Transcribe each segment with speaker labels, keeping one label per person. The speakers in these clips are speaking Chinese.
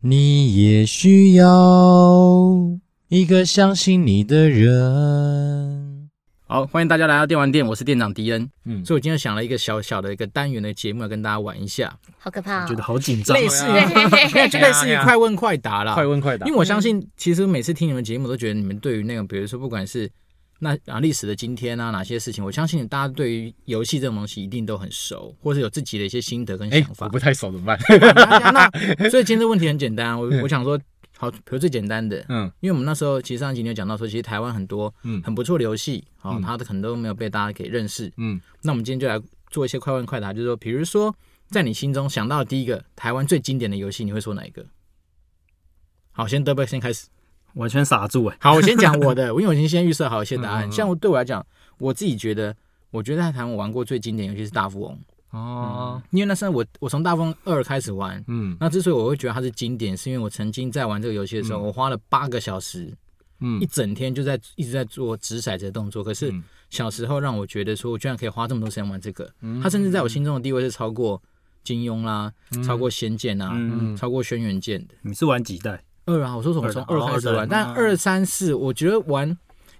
Speaker 1: 你也需要一个相信你的人。
Speaker 2: 好，欢迎大家来到电玩店，我是店长迪恩。
Speaker 1: 嗯，
Speaker 2: 所以我今天想了一个小小的一个单元的节目来跟大家玩一下，
Speaker 3: 好可怕、哦！
Speaker 4: 觉得好紧张哦，
Speaker 2: 类似于
Speaker 3: 对啊
Speaker 2: 没有就类似于快问快答啦。
Speaker 4: 快问快答
Speaker 2: 因为。我相信，其实每次听你们节目，都觉得你们对于那个，比如说不管是那啊历史的今天啊，哪些事情，我相信大家对于游戏这种东西一定都很熟，或是有自己的一些心得跟
Speaker 4: 哎
Speaker 2: 想，法
Speaker 4: 我。不太熟怎么办？
Speaker 2: 那 那所以今天这个问题很简单，啊我我想说，好，比如最简单的，
Speaker 4: 嗯，
Speaker 2: 因为我们那时候其实上一集你有讲到说，其实台湾很多
Speaker 4: 嗯
Speaker 2: 很不错的游戏，哦
Speaker 4: 嗯，
Speaker 2: 它的很多都没有被大家给认识。
Speaker 4: 嗯，
Speaker 2: 那我们今天就来做一些快问快答，就是说，比如说在你心中想到的第一个台湾最经典的游戏，你会说哪一个？好，先德贝先开始。
Speaker 4: 完全傻住哎。
Speaker 2: 好，我先讲我的，因为我已经先预设好一些答
Speaker 4: 嗯嗯
Speaker 2: 案。
Speaker 4: 嗯
Speaker 2: 像我对我来讲，我自己觉得，我觉得在台湾我玩过最经典的游戏是大富翁，
Speaker 4: 哦，
Speaker 2: 因为那时候我我从大富翁二开始玩，
Speaker 4: 嗯
Speaker 2: 那之所以我会觉得它是经典，是因为我曾经在玩这个游戏的时候，我花了八个小时，
Speaker 4: 嗯
Speaker 2: 一整天就在一直在做掷骰子的动作。可是
Speaker 4: 嗯
Speaker 2: 小时候让我觉得说，我居然可以花这么多时间玩这个，它甚至在我心中的地位是超过金庸啦，超过仙剑啊，
Speaker 5: 嗯
Speaker 2: 超过轩辕剑的。
Speaker 5: 你是玩几代？
Speaker 2: 二啊，我说什么
Speaker 5: 二
Speaker 2: 从
Speaker 5: 哦
Speaker 2: 二开始
Speaker 5: 二代
Speaker 2: 玩，但
Speaker 5: 嗯
Speaker 2: 二三四我觉得玩，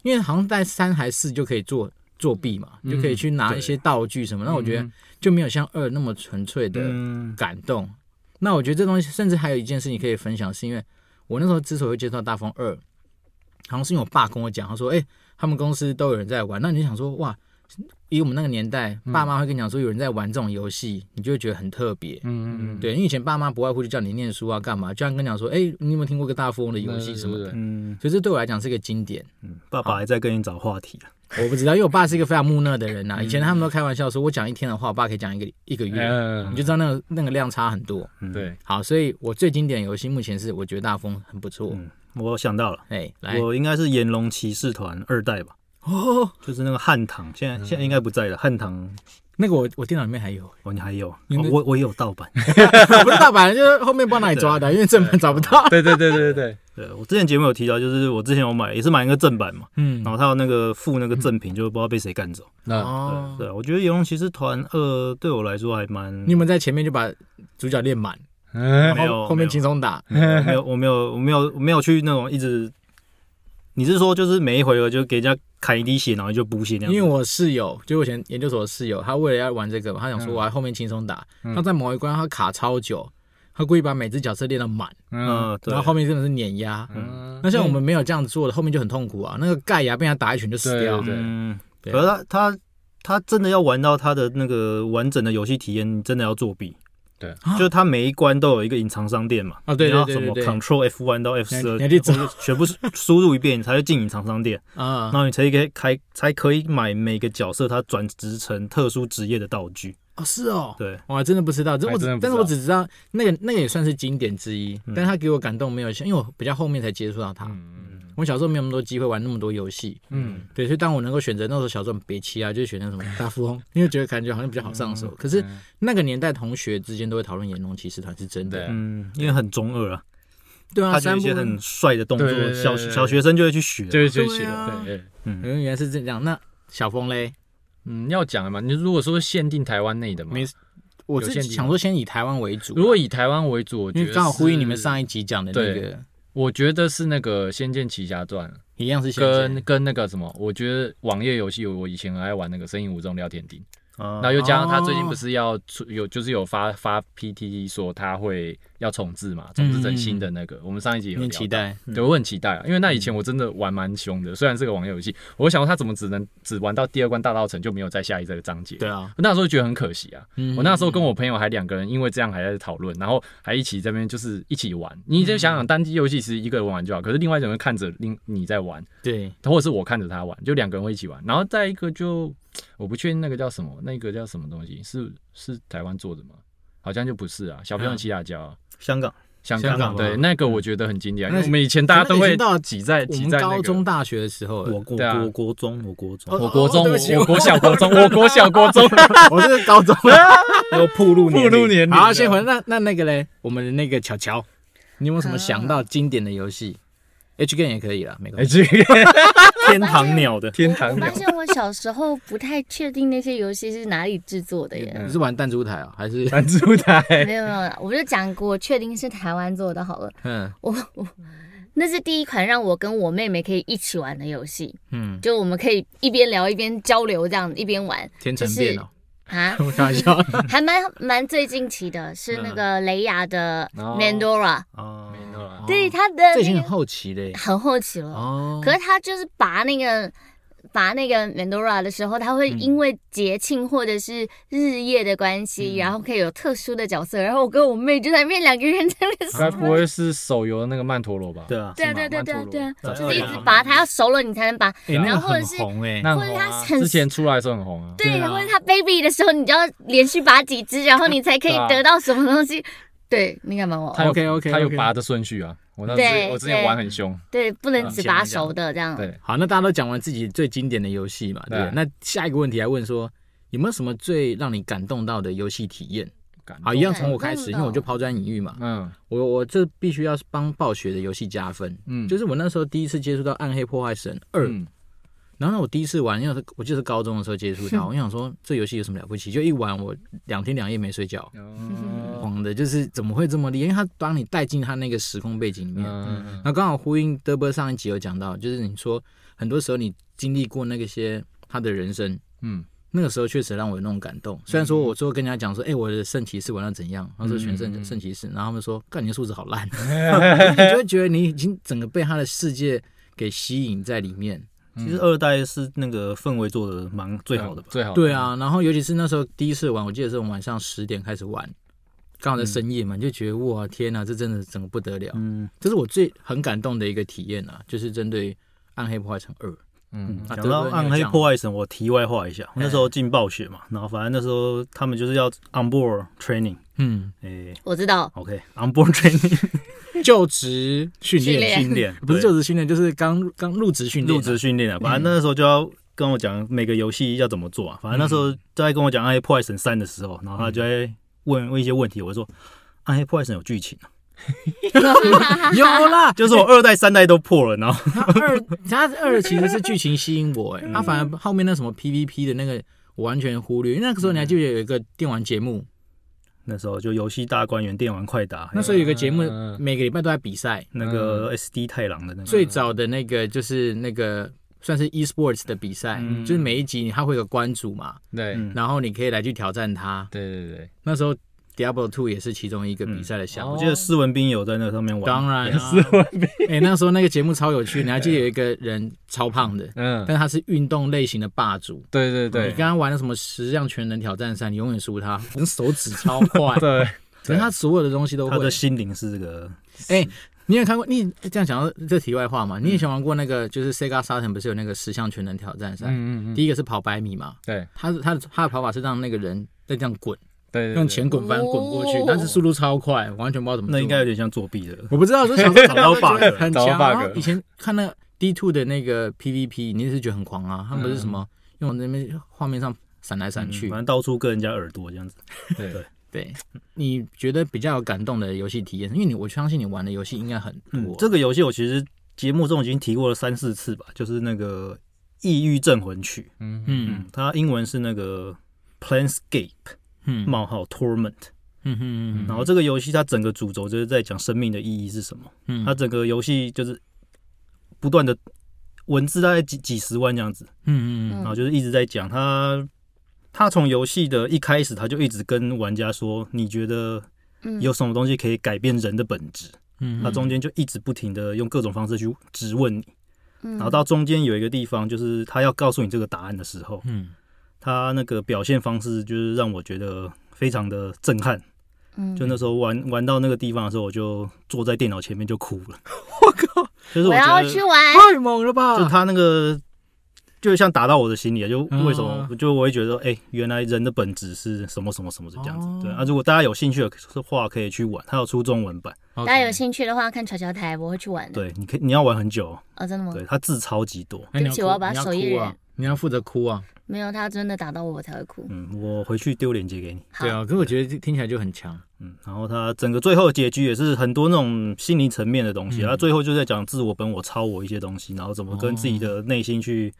Speaker 2: 因为好像在三还四就可以做作弊嘛，就可以去拿一些道具什么，那我觉得就没有像二那么纯粹的
Speaker 5: 嗯，
Speaker 2: 感动。那我觉得这东西，甚至还有一件事情可以分享，是因为我那时候之所以会接触到大风二，好像是因为我爸跟我讲，他说：“哎、他们公司都有人在玩。”那你就想说，哇，以我们那个年代，爸妈会跟你讲说有人在玩这种游戏，你就会觉得很特别。
Speaker 4: 嗯嗯
Speaker 2: 对，因为以前爸妈不外乎就叫你念书啊，干嘛，就像跟你讲说：“哎、你有没有听过个大富翁的游戏什么
Speaker 4: 对对
Speaker 2: 的
Speaker 4: 对？”
Speaker 5: 嗯，
Speaker 2: 所以这对我来讲是个经典。
Speaker 5: 爸爸还在跟你找话题啊了。
Speaker 2: 我不知道，因为我爸是一个非常木讷的人呐、以前他们都开玩笑说，我讲一天的话，我爸可以讲一个一个
Speaker 4: 嗯
Speaker 2: 月，
Speaker 4: 嗯，
Speaker 2: 你
Speaker 4: 嗯
Speaker 2: 就知道那个那个量差很多。
Speaker 5: 嗯，
Speaker 4: 对，
Speaker 2: 好，所以我最经典的游戏目前是我觉得大风很不错。
Speaker 5: 嗯我想到了，
Speaker 2: 哎、来
Speaker 5: 我应该是炎龙骑士团二代吧，
Speaker 2: 哦，
Speaker 5: 就是那个汉唐，现在现在应该不在了。汉唐，
Speaker 2: 那个我我电脑里面还 有，
Speaker 5: 哦，你还有？哦
Speaker 2: 你那
Speaker 5: 我我也有盗 版。
Speaker 2: 我不是盗版，就是后面不知道哪里抓的，因为正版找不到。
Speaker 4: 对对对对对对，
Speaker 5: 对，我之前节目有提到，就是我之前有买，也是买一个正版嘛，
Speaker 2: 嗯
Speaker 5: 然后他有那个附那个正品，就不知道被谁干走。
Speaker 4: 那
Speaker 2: 哦，
Speaker 5: 对，我觉得炎龙骑士团二对我来说还蛮
Speaker 2: 你们在前面就把主角练满，
Speaker 4: 嗯
Speaker 5: 没
Speaker 2: 然
Speaker 5: 有
Speaker 2: 后后面轻松打。
Speaker 5: 我没有，我没有，我没有，我没有去那种一直。你是说就是每一回合就给人家砍一滴血，然后就补血那样
Speaker 2: 因
Speaker 5: 子？
Speaker 2: 为我室友，就我以前研究所的室友，他为了要玩这个嘛，他想说我要后面轻松打，
Speaker 5: 嗯
Speaker 2: 他在某一关他卡超久，他故意把每只角色练到满，
Speaker 4: 嗯
Speaker 5: 嗯，对
Speaker 2: 然后后面真的是碾压。
Speaker 4: 嗯，
Speaker 2: 那像我们没有这样做的，后面就很痛苦啊！那个盖牙被他打一拳就死掉
Speaker 4: 对，对
Speaker 5: 嗯，
Speaker 2: 对
Speaker 5: 可是他他他真的要玩到他的那个完整的游戏体验，你真的要作弊。
Speaker 4: 对
Speaker 2: 啊
Speaker 5: 就是他每一关都有一个隐藏商店嘛，
Speaker 2: 啊对对
Speaker 5: 你要
Speaker 2: 对
Speaker 5: 什么
Speaker 2: 对对
Speaker 5: Control F 1到 F 十
Speaker 2: 你
Speaker 5: 二
Speaker 2: 你还，得走
Speaker 5: 全部输入一遍，你才会进隐藏商 店，
Speaker 2: 啊
Speaker 5: 然！后你才可以开，才可以买每个角色他转职成特殊职业的道具。
Speaker 2: 哦，是哦，
Speaker 5: 对，
Speaker 2: 我还真的不知道，这
Speaker 4: 还
Speaker 2: 我只
Speaker 4: 真的不
Speaker 2: 但
Speaker 4: 知
Speaker 2: 是
Speaker 4: 道
Speaker 2: 我只知道那个那个也算是经典之一，
Speaker 5: 嗯
Speaker 2: 但是他给我感动没有像，因为我比较后面才接触到他。
Speaker 4: 嗯
Speaker 2: 我小时候没有那么多机会玩那么多游戏，
Speaker 4: 嗯
Speaker 2: 对，所以当我能够选择那时候小时候很憋气啊，就选择什么大富翁，因为觉得感觉好像比较好上手。
Speaker 4: 嗯
Speaker 2: 可是那个年代同学之间都会讨论《炎龙骑士团》是真的，
Speaker 4: 对
Speaker 5: 嗯，因为很中二啊，
Speaker 2: 对啊，
Speaker 5: 他就有
Speaker 2: 三
Speaker 5: 一
Speaker 2: 部
Speaker 5: 些很帅的动
Speaker 4: 对对
Speaker 5: 作，
Speaker 4: 对
Speaker 5: 小
Speaker 4: 对对
Speaker 5: 小学生就会去学。
Speaker 4: 就是学习
Speaker 2: 对啊
Speaker 4: 了，对。对
Speaker 5: 嗯，
Speaker 2: 原来是这样。那小峰嘞，
Speaker 4: 嗯，要讲的嘛，你如果说限定台湾内的嘛，
Speaker 2: 没我
Speaker 4: 有
Speaker 2: 是
Speaker 4: 限定
Speaker 2: 想说先以台湾为主，
Speaker 4: 如果以台湾为主，我觉
Speaker 2: 因
Speaker 4: 得
Speaker 2: 为刚好呼应你们
Speaker 4: 是，
Speaker 2: 上一集讲的那
Speaker 4: 对
Speaker 2: 个
Speaker 4: 我觉得是那个《仙剑奇侠传》啊
Speaker 2: 一样是先
Speaker 4: 跟跟那个什么，我觉得网页游戏我我以前很爱玩那个《生影无踪聊天钉》，
Speaker 5: 啊
Speaker 4: 然后又加上他
Speaker 2: 哦
Speaker 4: 最近不是要出有就是有发发 PT 说他会要重置嘛，重置成新的那个，我们上一集有
Speaker 2: 你很嗯期
Speaker 4: 聊到。
Speaker 2: 待，嗯
Speaker 4: 对，我很期待啊，因为那以前我真的玩蛮凶的，虽然是个网页游戏，我想说他怎么只能只玩到第二关大道城就没有再下一这个章节？
Speaker 2: 对啊，
Speaker 4: 我那时候觉得很可惜啊。
Speaker 2: 嗯
Speaker 4: 我那时候跟我朋友还两个人，因为这样还在讨论，然后还一起这边就是一起玩。你就想
Speaker 2: 嗯
Speaker 4: 想单机游戏其实一个人玩就好，可是另外一种人看着另你在玩，
Speaker 2: 对
Speaker 4: 或者是我看着他玩，就两个人会一起玩。然后再一个就我不确定那个叫什么，那个叫什么东西是是台湾做的吗？好像就不是啊，小朋友骑大胶、
Speaker 5: 香港，
Speaker 4: 香
Speaker 2: 香港
Speaker 4: 港
Speaker 2: 嗯
Speaker 4: 对
Speaker 5: 吧
Speaker 4: 那个我觉得很经典啊，
Speaker 2: 那
Speaker 4: 因为我们以前大家都
Speaker 2: 可能以
Speaker 4: 会
Speaker 2: 前到
Speaker 4: 挤在
Speaker 2: 我
Speaker 4: 挤
Speaker 2: 们
Speaker 4: 在那
Speaker 2: 高中、
Speaker 4: 个。
Speaker 2: 大学的时候，
Speaker 5: 我国
Speaker 4: 对啊
Speaker 5: 我国中，我国中，
Speaker 4: 我国中，
Speaker 2: 哦
Speaker 4: 我
Speaker 2: 对不起
Speaker 4: 我国小国 中，我国小国中，
Speaker 2: 我是高中。
Speaker 5: 又铺路
Speaker 4: 步入年龄了。
Speaker 2: 好，先回那那那个嘞，我们的那个巧巧，你有没有什么想到经典的游戏？ H game 也可以啦，没关
Speaker 4: 哎，
Speaker 2: 系。
Speaker 4: 这个
Speaker 5: 天堂鸟 的
Speaker 4: 天堂
Speaker 3: 我
Speaker 4: 鸟
Speaker 3: 发现我小时候不太确定那些游戏是哪里制作的耶。
Speaker 2: 你是玩弹珠台啊，还是
Speaker 4: 弹珠台，
Speaker 3: 没有没有，我就讲我确定是台湾做的好了。
Speaker 2: 嗯
Speaker 3: 我我那是第一款让我跟我妹妹可以一起玩的游戏，
Speaker 2: 嗯
Speaker 3: 就我们可以一边聊一边交流，这样一边玩
Speaker 2: 天成变哦？，
Speaker 3: 啊
Speaker 2: 我开玩笑，
Speaker 3: 还蛮蛮最近期的，是那个雷亚的
Speaker 4: 嗯哦
Speaker 3: Mandora，、
Speaker 5: 啊，
Speaker 4: 没有啦
Speaker 3: 对他的
Speaker 2: 这已
Speaker 3: 那
Speaker 2: 经很
Speaker 3: 个
Speaker 2: 好奇嘞。
Speaker 3: 很后期了，
Speaker 2: 哦，
Speaker 3: 可是他就是拔那个拔那个 Mandora 的时候，他会因为节庆或者是日夜的关系，然后可以有特殊的角色。然后我跟我妹就在那边两个人在那边
Speaker 4: 该不会是手游的那个曼陀罗吧？
Speaker 5: 对啊，
Speaker 3: 对啊
Speaker 4: 啊是吗
Speaker 3: 对啊对啊对啊对啊，
Speaker 5: 曼陀
Speaker 3: 就
Speaker 5: 罗
Speaker 3: 是一直拔，它要熟了你才能拔。
Speaker 2: 哎那
Speaker 3: 然
Speaker 2: 个
Speaker 3: 后或
Speaker 2: 很
Speaker 3: 者是
Speaker 2: 红哎，
Speaker 4: 那
Speaker 3: 或者
Speaker 4: 很红
Speaker 3: 它
Speaker 4: 啊
Speaker 3: 很
Speaker 4: 之前出来的时候很红啊，
Speaker 3: 对，
Speaker 5: 对啊
Speaker 3: 或者它 baby 的时候，你就要连续拔几只，然后你才可以
Speaker 4: 对啊
Speaker 3: 得到什么东西。对，你干嘛我？
Speaker 4: 它有
Speaker 2: OK，OK，OK
Speaker 4: 它有拔的顺序啊。我那
Speaker 3: 对
Speaker 4: 时我之前玩很凶，
Speaker 3: 对，不能只拔
Speaker 2: 嗯
Speaker 3: 熟的这样。
Speaker 4: 对
Speaker 2: 好，那大家都讲完自己最经典的游戏嘛，对不对？
Speaker 4: 对
Speaker 2: 那下一个问题来问说，有没有什么最让你感动到的游戏体验？
Speaker 4: 感
Speaker 2: 好，
Speaker 4: 动
Speaker 2: 一样从我开始，因
Speaker 3: 感动到
Speaker 2: 为我就抛砖引玉嘛。
Speaker 4: 嗯
Speaker 2: 我我这必须要帮暴雪的游戏加分，
Speaker 4: 嗯，
Speaker 2: 就是是我那时候第一次接触到《暗黑破坏神二》，
Speaker 4: 嗯
Speaker 2: 然后呢，我第一次玩，因为是我记得是高中的时候接触到，我想说这游戏有什么了不起？就一玩，我两天两夜没睡觉，
Speaker 4: 哦
Speaker 2: 慌的就是怎么会这么厉害？因为他帮你带进他那个时空背景里面，
Speaker 4: 嗯
Speaker 2: 那刚好呼应德伯上一集有讲到，就是你说很多时候你经历过那个些他的人生，
Speaker 4: 嗯
Speaker 2: 那个时候确实让我有那种感动。虽然说我最后跟人家讲说，哎、我的圣骑士玩到怎样，他说选
Speaker 4: 嗯嗯
Speaker 2: 圣
Speaker 4: 嗯
Speaker 2: 圣骑士，然后他们说，干你的素质好 烂， 你就会觉得你已经整个被他的世界给吸引在里面。
Speaker 5: 其实二代是那个氛围做的蛮最好的吧，
Speaker 4: 嗯最好的
Speaker 2: 对，啊，然后尤其是那时候第一次玩，我记得是我们晚上十点开始玩，刚好在深夜嘛，
Speaker 4: 嗯
Speaker 2: 你就觉得哇天哪，这真的整个不得了，
Speaker 5: 嗯，
Speaker 2: 这是我最很感动的一个体验啊，就是针对《暗黑破坏神二》。
Speaker 4: 嗯
Speaker 2: 啊
Speaker 5: 讲到
Speaker 2: 对对
Speaker 5: 暗黑破坏神，我题外话一下，我那时候进暴雪嘛，然后反正那时候他们就是要 on board training，
Speaker 2: 嗯，
Speaker 5: 哎
Speaker 3: 我知道，
Speaker 5: ，OK，on board training
Speaker 2: 就职训
Speaker 3: 训
Speaker 2: 练
Speaker 3: 练
Speaker 5: 训练，
Speaker 2: 不是就
Speaker 5: 对
Speaker 2: 职训练，就是刚刚入职训练啊、
Speaker 5: 入职训练啊，反正那时候就要跟我讲每个游戏要怎么做啊，反正那时候在跟我讲暗黑破坏神三的时候，然后他就在问问一些问题，我就说暗黑破坏神有剧情啊，
Speaker 2: 有啦，
Speaker 5: 就是我二代三代都破了，然后
Speaker 2: 他二他二其实是剧情吸引我、 哎，他反而后面那什么 PVP 的那个我完全忽略，因为那个时候你还记不记得有一个电玩节
Speaker 4: 嗯
Speaker 2: 目，
Speaker 5: 那时候就游戏大观园、电玩快打，还
Speaker 2: 那
Speaker 5: 有
Speaker 2: 时候有一个节目
Speaker 4: 嗯嗯
Speaker 2: 每个礼拜都在比赛，
Speaker 5: 那个 SD 太郎的那个，
Speaker 2: 最早的那个就是那个算是 esports 的比赛，
Speaker 5: 嗯
Speaker 2: 就是每一集它会有个关主嘛，
Speaker 4: 对
Speaker 5: 嗯
Speaker 2: 然后你可以来去挑战他。
Speaker 4: 对对对，
Speaker 2: 那时候 Diablo Two 也是其中一个比赛的项目。
Speaker 4: 嗯
Speaker 5: 我记得斯文斌有在那上面玩，
Speaker 2: 当
Speaker 4: 哦
Speaker 2: 然、啊，是我哎、那时候那个节目超有趣，你还记得有一个人超胖的，
Speaker 4: 嗯，
Speaker 2: 但他是运动类型的霸主。
Speaker 4: 对对
Speaker 2: 你
Speaker 4: 对，
Speaker 2: 刚刚玩的什么十项全能挑战赛，你永远输他，你手指超快
Speaker 4: 对，
Speaker 2: 可是他所有的东西都
Speaker 5: 他
Speaker 2: 会
Speaker 5: 的。心灵是这个
Speaker 2: 哎、你有看过？你这样讲到这题外话嘛？你以前玩过那个，就是 Sega Saturn 不是有那个十项全能挑战赛？
Speaker 4: 嗯嗯嗯，
Speaker 2: 第一个是跑百米嘛，
Speaker 4: 对
Speaker 2: 他他的他的跑法是让那个人在这样滚，
Speaker 4: 对，对
Speaker 2: 用前滚翻滚过去
Speaker 3: 哦，
Speaker 2: 但是速度超快，完全不知道怎么做。
Speaker 5: 那应该有点像作弊的。
Speaker 2: 我不知道，就想说
Speaker 5: 找到 bug 了
Speaker 2: 很
Speaker 4: 找
Speaker 2: 强。
Speaker 4: 到 bug
Speaker 2: 然后以前看那 D two 的那个 PVP，你也是觉得很狂啊，他们不是什么用那边画面上闪来闪去
Speaker 5: 嗯反。正到处割人家耳朵这样子。
Speaker 4: 对对，
Speaker 2: 对，你觉得比较有感动的游戏体验，因为你我相信你玩的游戏应该很
Speaker 5: 嗯
Speaker 2: 多，。
Speaker 5: 这个游戏我其实节目中已经提过了三四次吧，就是那个《异域镇魂曲》，
Speaker 4: 嗯
Speaker 2: 嗯
Speaker 5: 嗯，它英文是那个 Planescape
Speaker 2: 嗯
Speaker 5: 冒号 Torment，、
Speaker 2: 嗯嗯
Speaker 5: 然后这个游戏它整个主轴就是在讲生命的意义是什么，
Speaker 2: 嗯
Speaker 5: 它整个游戏就是不断的文字大概几几十万这样子，
Speaker 2: 嗯嗯
Speaker 5: 然后就是一直在讲他，他从游戏的一开始，他就一直跟玩家说，你觉得
Speaker 3: 嗯
Speaker 5: 有什么东西可以改变人的本质？
Speaker 2: 嗯，
Speaker 5: 他中间就一直不停的用各种方式去质问你，
Speaker 3: 嗯
Speaker 5: 然后到中间有一个地方，就是他要告诉你这个答案的时候，
Speaker 2: 嗯
Speaker 5: 他那个表现方式就是让我觉得非常的震撼。
Speaker 3: 嗯
Speaker 5: 就那时候玩玩到那个地方的时候，我就坐在电脑前面就哭了。
Speaker 2: 我靠，
Speaker 5: 就是
Speaker 3: 我
Speaker 5: 觉
Speaker 3: 要
Speaker 5: 得
Speaker 3: 去玩，
Speaker 2: 太猛了吧！
Speaker 5: 就他那个，就像打到我的心里了，就为什么
Speaker 2: 啊？
Speaker 5: 就我会觉得，哎、原来人的本质是什么什么什么的这样子。
Speaker 2: 哦
Speaker 5: 对啊，如果大家有兴趣的话，可以去玩，它有出中文版。
Speaker 2: 大
Speaker 3: 大家有兴趣的话，看乔乔台，我会去玩的。
Speaker 5: 对，你可以你要玩很久哦，
Speaker 3: 哦，真的吗？
Speaker 5: 对，它字超级多。
Speaker 2: 哎你要
Speaker 3: 对不起我要
Speaker 2: 哭
Speaker 3: 把
Speaker 2: 你要
Speaker 3: 手艺
Speaker 2: 哭啊
Speaker 3: 人
Speaker 2: 你要负责哭啊！
Speaker 3: 没有，他真的打到我，我才会哭。
Speaker 5: 嗯，我回去丢链接给你。
Speaker 3: 好
Speaker 2: 对，啊，可是我觉得听起来就很强，
Speaker 5: 嗯，然后他整个最后结局也是很多那种心灵层面的东西，
Speaker 2: 嗯
Speaker 5: 啊他最后就在讲自我、本我、超我一些东西，然后怎么跟自己
Speaker 2: 哦
Speaker 5: 的内心去、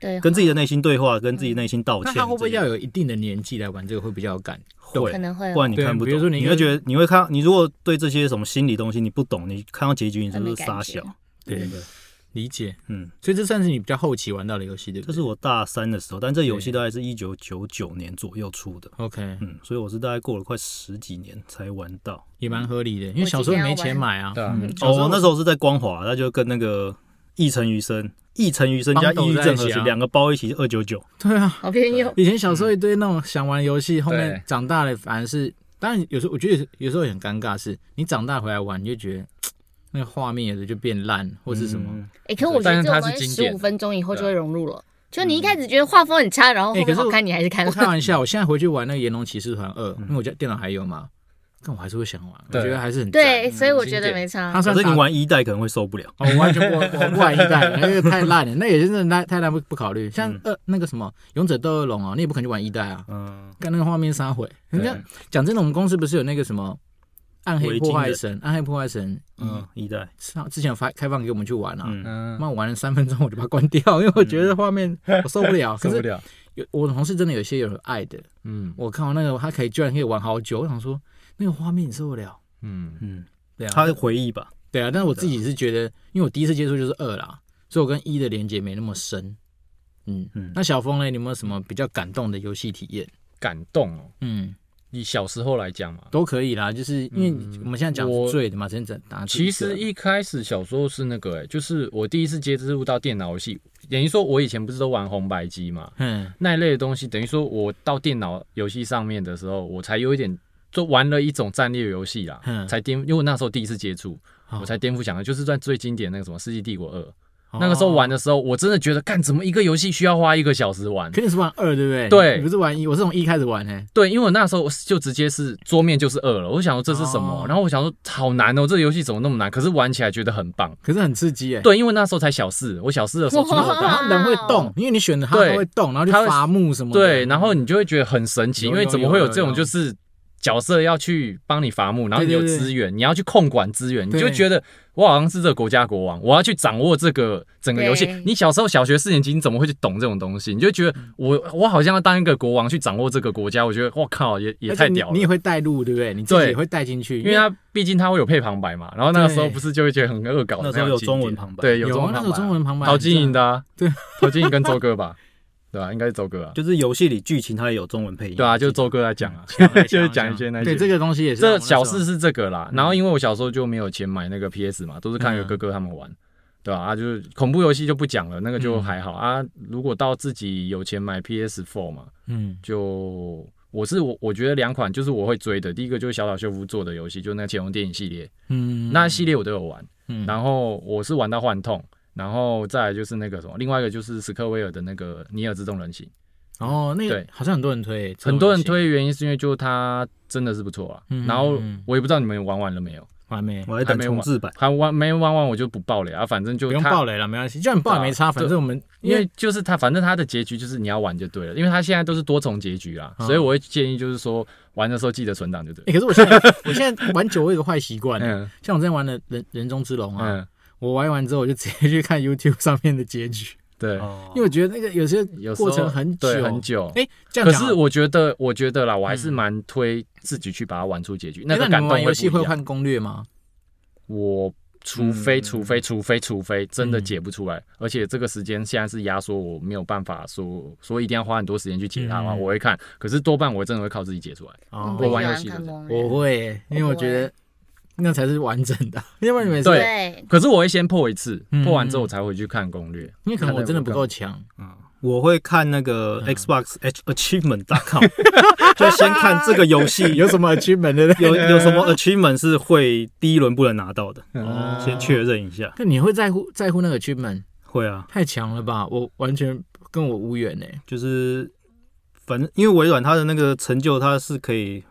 Speaker 3: 对，
Speaker 5: 跟自己的内心对话，跟
Speaker 3: 嗯
Speaker 5: 自己内心道
Speaker 2: 那
Speaker 5: 歉。
Speaker 2: 他会不会
Speaker 5: 这些
Speaker 2: 要有一定的年纪来玩这个会比较有感？
Speaker 5: 会
Speaker 3: 可？能会哦
Speaker 5: 不然你看不
Speaker 2: 对比
Speaker 5: 懂，
Speaker 2: 如说你
Speaker 5: 你
Speaker 2: 跟
Speaker 5: 会觉得你会看，你如果对这些什么心理东西你不懂，你看到结局你是
Speaker 3: 会没
Speaker 5: 不是
Speaker 3: 感
Speaker 5: 傻
Speaker 3: 觉
Speaker 5: 小？
Speaker 2: 对理解，
Speaker 5: 嗯，
Speaker 2: 所以这算是你比较后期玩到的游戏，对不
Speaker 5: 这
Speaker 2: 对？
Speaker 5: 是我大三的时候，但这游戏大概是一九九九年左右出的，
Speaker 2: OK，
Speaker 5: 嗯，所以我是大概过了快十几年才玩到。
Speaker 2: 也蛮合理的，因为小时候没钱买啊。
Speaker 4: 对啊，
Speaker 2: 嗯小时候
Speaker 5: 哦，那时候是在光华，那就跟那个一城余生、一城余生加
Speaker 2: 帮斗
Speaker 5: 抑郁
Speaker 2: 在
Speaker 5: 症
Speaker 2: 一起
Speaker 5: 合
Speaker 2: 啊
Speaker 5: 体，两个包一起二九九。
Speaker 2: 对啊，
Speaker 3: 好便宜哦。
Speaker 2: 以前小时
Speaker 5: 嗯
Speaker 2: 候一堆那种想玩游戏，后面
Speaker 4: 对
Speaker 2: 长大了反而是，当然有时候我觉得有时候也很尴尬是，你长大回来玩你就觉得那个画面有的就变烂或是什么。
Speaker 5: 嗯
Speaker 3: 哎，可是我觉
Speaker 4: 但是
Speaker 3: 得这
Speaker 4: 它
Speaker 3: 种东
Speaker 4: 是
Speaker 3: 西
Speaker 4: 经
Speaker 3: 十
Speaker 4: 典
Speaker 3: 五
Speaker 4: 的
Speaker 3: 分钟以后就会融入了。就你一开始觉得画风很差，然后后
Speaker 2: 哎可
Speaker 3: 面
Speaker 2: 是我
Speaker 3: 好看，你还是看
Speaker 2: 我
Speaker 3: 了。
Speaker 2: 开 玩 笑，我现在回去玩那个《炎龙骑士团
Speaker 5: 嗯
Speaker 2: 二》，因为我家电脑还有嘛，但我还是会想玩，我
Speaker 4: 对
Speaker 2: 觉得还是很赞
Speaker 3: 对，所以我觉
Speaker 4: 经
Speaker 3: 得
Speaker 4: 典
Speaker 3: 没差。
Speaker 2: 它
Speaker 5: 可
Speaker 2: 算
Speaker 5: 是
Speaker 2: 打
Speaker 5: 你玩一代可能会受不了。
Speaker 2: 哦，我完全不 我不玩一代，那个太烂了，那也是真的太太烂不不考虑。像
Speaker 5: 嗯
Speaker 2: 二那个什么《勇者斗恶龙》啊，你也不可能去玩一代啊，
Speaker 5: 嗯，
Speaker 2: 看那个画面杀毁。人
Speaker 4: 对
Speaker 2: 家讲真的，我们公司不是有那个什么暗黑破坏神，暗黑破坏神，嗯
Speaker 5: 嗯，，一代，
Speaker 2: 上之前有发开放给我们去玩啊。
Speaker 5: 嗯，
Speaker 4: 嗯，
Speaker 2: 那我玩了三分钟，我就把它关掉，因为我觉得画面我受不了。可
Speaker 4: 受不
Speaker 2: 是
Speaker 4: 了，
Speaker 2: 有我的同事真的有些有爱的，
Speaker 4: 嗯
Speaker 2: 我看到那个他可以居然可以玩好久，我想说那个画面你受得了？
Speaker 4: 嗯，
Speaker 5: 嗯，
Speaker 2: 对啊，
Speaker 5: 他的回忆吧，
Speaker 2: 对啊，但是我自己是觉得，因为我第一次接触就是二啦，所以我跟一的连接没那么深。嗯，
Speaker 5: 嗯
Speaker 2: 那小峰呢？你有没有什么比较感动的游戏体验？
Speaker 4: 感动哦。
Speaker 2: 嗯，
Speaker 4: 以小时候来讲嘛，
Speaker 2: 都可以啦，就是因为我们现在讲
Speaker 4: 我
Speaker 2: 醉的嘛，真正打字
Speaker 4: 嗯其实一开始小时候是那个、欸，就是我第一次接触到电脑游戏，等于说我以前不是都玩红白机嘛，
Speaker 2: 嗯
Speaker 4: 那一类的东西，等于说我到电脑游戏上面的时候，我才有一点就玩了一种战略游戏啦，
Speaker 2: 嗯
Speaker 4: 才颠，因为我那时候第一次接触，
Speaker 2: 哦
Speaker 4: 我才颠覆想象，就是在最经典那个什么《世纪帝国二》，
Speaker 2: 哦
Speaker 4: 那个时候玩的时候，我真的觉得，干怎么一个游戏需要花一个小时玩？
Speaker 2: 肯定是玩二，对不对？
Speaker 4: 对
Speaker 2: 你不是玩一，我是从一开始玩诶。
Speaker 4: 对，因为我那时候就直接是桌面就是二了，我想说这是什么，
Speaker 2: 哦
Speaker 4: 然后我想说好难哦，这个游戏怎么那么难？可是玩起来觉得很棒。
Speaker 2: 可是很刺激诶。
Speaker 4: 对，因为那时候才小四，我小四的时候出
Speaker 2: 然
Speaker 4: 手
Speaker 2: 后然
Speaker 4: 的，
Speaker 2: 后人会动，因为你选的它
Speaker 4: 啊对
Speaker 2: 它会动，然后就
Speaker 4: 它会
Speaker 2: 伐木什么的。
Speaker 4: 对，然后你就会觉得很神奇，
Speaker 2: 有
Speaker 4: 因为
Speaker 2: 有
Speaker 4: 怎么
Speaker 2: 有
Speaker 4: 会有
Speaker 2: 有
Speaker 4: 这种
Speaker 2: 有
Speaker 4: 就是角色要去帮你伐木，然后你
Speaker 2: 对
Speaker 4: 有
Speaker 2: 对对
Speaker 4: 资源，你要去控管资源，你就
Speaker 2: 对
Speaker 4: 觉得我好像是这个国家国王，我要去掌握这个整个游戏
Speaker 3: 对。
Speaker 4: 你小时候小学四年级，你怎么会去懂这种东西？你就觉
Speaker 2: 嗯
Speaker 4: 得我我好像要当一个国王去掌握这个国家，我觉得我靠，也也
Speaker 2: 而且
Speaker 4: 太
Speaker 2: 你
Speaker 4: 屌了
Speaker 2: 你也。会带路，对不对？你自己
Speaker 4: 对
Speaker 2: 也会带进去，
Speaker 4: 因为它毕竟它会有配旁白嘛，然后那个时候
Speaker 2: 对
Speaker 4: 不是就会觉得很恶搞，
Speaker 5: 那时候
Speaker 4: 非常
Speaker 5: 有
Speaker 4: 经
Speaker 5: 中
Speaker 4: 典
Speaker 5: 文旁白
Speaker 4: 对，有
Speaker 2: 有
Speaker 4: 中
Speaker 2: 啊
Speaker 4: 文
Speaker 2: 那
Speaker 4: 旁
Speaker 2: 种
Speaker 4: 白，
Speaker 2: 中文旁白，
Speaker 4: 陶晶莹
Speaker 2: 的。
Speaker 4: 的、啊，
Speaker 2: 对，
Speaker 4: 陶晶莹跟周哥吧，对啊，应该是周哥啊，
Speaker 5: 就是游戏里剧情它也有中文配音。
Speaker 4: 对啊，就周哥来讲啊， 就是讲一些那些。嗯
Speaker 2: 对这个东西也是
Speaker 4: 这小事是这个啦，然后因为我小时候就没有钱买那个 PS 嘛，都是看有哥哥他们玩，对吧、啊？就是恐怖游戏就不讲了，那个就还好、啊。如果到自己有钱买 PS4 嘛，
Speaker 2: 嗯
Speaker 4: 就我是我我觉得两款就是我会追的，第一个就是小岛秀夫做的游戏，就是那个《乾隆电影》系列，
Speaker 2: 嗯
Speaker 4: 那系列我都有玩，
Speaker 2: 嗯
Speaker 4: 然后我是玩到幻痛。然后再来就是那个什么，另外一个就是史克威尔的那个《尼尔自动人形》，
Speaker 2: 然后哦那个
Speaker 4: 对
Speaker 2: 好像很多人推，这种
Speaker 4: 很多人
Speaker 2: 游戏
Speaker 4: 推的原因是因为就它真的是不错啊。
Speaker 2: 嗯
Speaker 4: 然后
Speaker 2: 嗯
Speaker 4: 我也不知道你们玩完了没有，
Speaker 2: 完美，
Speaker 5: 我还等
Speaker 4: 还没
Speaker 5: 重置版。
Speaker 4: 还玩没玩完我就不爆雷啊，反正就
Speaker 2: 不用
Speaker 4: 他
Speaker 2: 爆，雷了，没关系，就算你爆雷没差，
Speaker 4: 对
Speaker 2: 反正我们
Speaker 4: 因
Speaker 2: 因为
Speaker 4: 为就是他，反正他的结局就是你要玩就对了，因为他现在都是多重结局啊，
Speaker 2: 嗯
Speaker 4: 所以我会建议就是说玩的时候记得存档就对了。
Speaker 2: 欸可是 我现在我现在玩久，我有个坏习惯，
Speaker 4: 嗯
Speaker 2: 像我之前玩的《人人中之龙》啊，
Speaker 4: 嗯，
Speaker 2: 我玩完之后我就直接去看 YouTube 上面的结局，
Speaker 4: 对，
Speaker 5: 哦
Speaker 2: 因为我觉得那个有些
Speaker 4: 有时候
Speaker 2: 过程很久
Speaker 4: 对很。久。
Speaker 2: 哎，这样
Speaker 4: 可
Speaker 2: 讲啊
Speaker 4: 是我觉得，我觉得啦，我还是蛮推自己去把它玩出结局，
Speaker 2: 欸
Speaker 4: 个
Speaker 2: 你
Speaker 4: 感
Speaker 2: 们
Speaker 4: 动
Speaker 2: 玩游
Speaker 4: 会
Speaker 2: 戏
Speaker 4: 不
Speaker 2: 会
Speaker 4: 一样。
Speaker 2: 看攻略吗？
Speaker 4: 我除非
Speaker 5: 嗯
Speaker 4: 除非除非除非真的
Speaker 2: 嗯
Speaker 4: 解不出来，而且这个时间现在是压缩，我没有办法说说一定要花很多时间去解它的话，
Speaker 2: 嗯
Speaker 4: 我会看。可是多半我真的会靠自己解出来。
Speaker 2: 哦
Speaker 3: 嗯不
Speaker 4: 我
Speaker 3: 喜
Speaker 4: 玩游
Speaker 3: 欢
Speaker 4: 戏
Speaker 3: 看
Speaker 4: 的
Speaker 3: 工人
Speaker 2: 我会欸，因为我觉得那才是完整的，要不然你每次
Speaker 4: 对
Speaker 3: 对，
Speaker 4: 可是我会先破一次，
Speaker 2: 嗯
Speaker 4: 破完之后我才回去看攻略。
Speaker 2: 因为可能我真的不够强，
Speaker 5: 我会看那个 Xbox H Achievement.com，就 先看这个游戏
Speaker 2: 有什么 achievement 对不对？
Speaker 5: 有
Speaker 4: 嗯
Speaker 5: 有什么 achievement 是会第一轮不能拿到的，
Speaker 2: 哦
Speaker 5: 先确认一下。
Speaker 2: 那你会在乎在乎那个 achievement？
Speaker 5: 会啊，
Speaker 2: 太强了吧！我完全跟我无缘呢、
Speaker 5: 就是反正因为微软它的那个成就，它是可以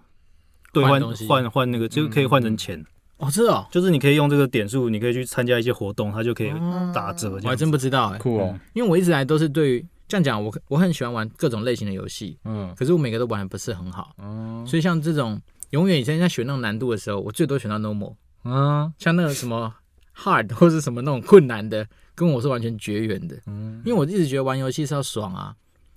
Speaker 5: 兑
Speaker 2: 换
Speaker 5: 换嗯
Speaker 2: 东西
Speaker 5: 换换那个，
Speaker 4: 嗯
Speaker 5: 就可以换成钱，
Speaker 2: 哦，是哦，
Speaker 5: 就是你可以用这个点数，你可以去参加一些活动，它就可以打折这
Speaker 2: 我
Speaker 5: 样
Speaker 2: 还
Speaker 5: 子。
Speaker 2: 真不知道哎、
Speaker 4: 酷哦，
Speaker 2: 因为我一直来都是对于这样讲，我我很喜欢玩各种类型的游戏，
Speaker 4: 嗯
Speaker 2: 可是我每个都玩的不是很好，
Speaker 4: 嗯
Speaker 2: 所以像这种永远以前在选那种难度的时候，我最多选到 normal，
Speaker 4: 嗯
Speaker 2: 像那个什么 hard 或是什么那种困难的，跟我是完全绝缘的，
Speaker 4: 嗯
Speaker 2: 因为我一直觉得玩游戏是要爽啊。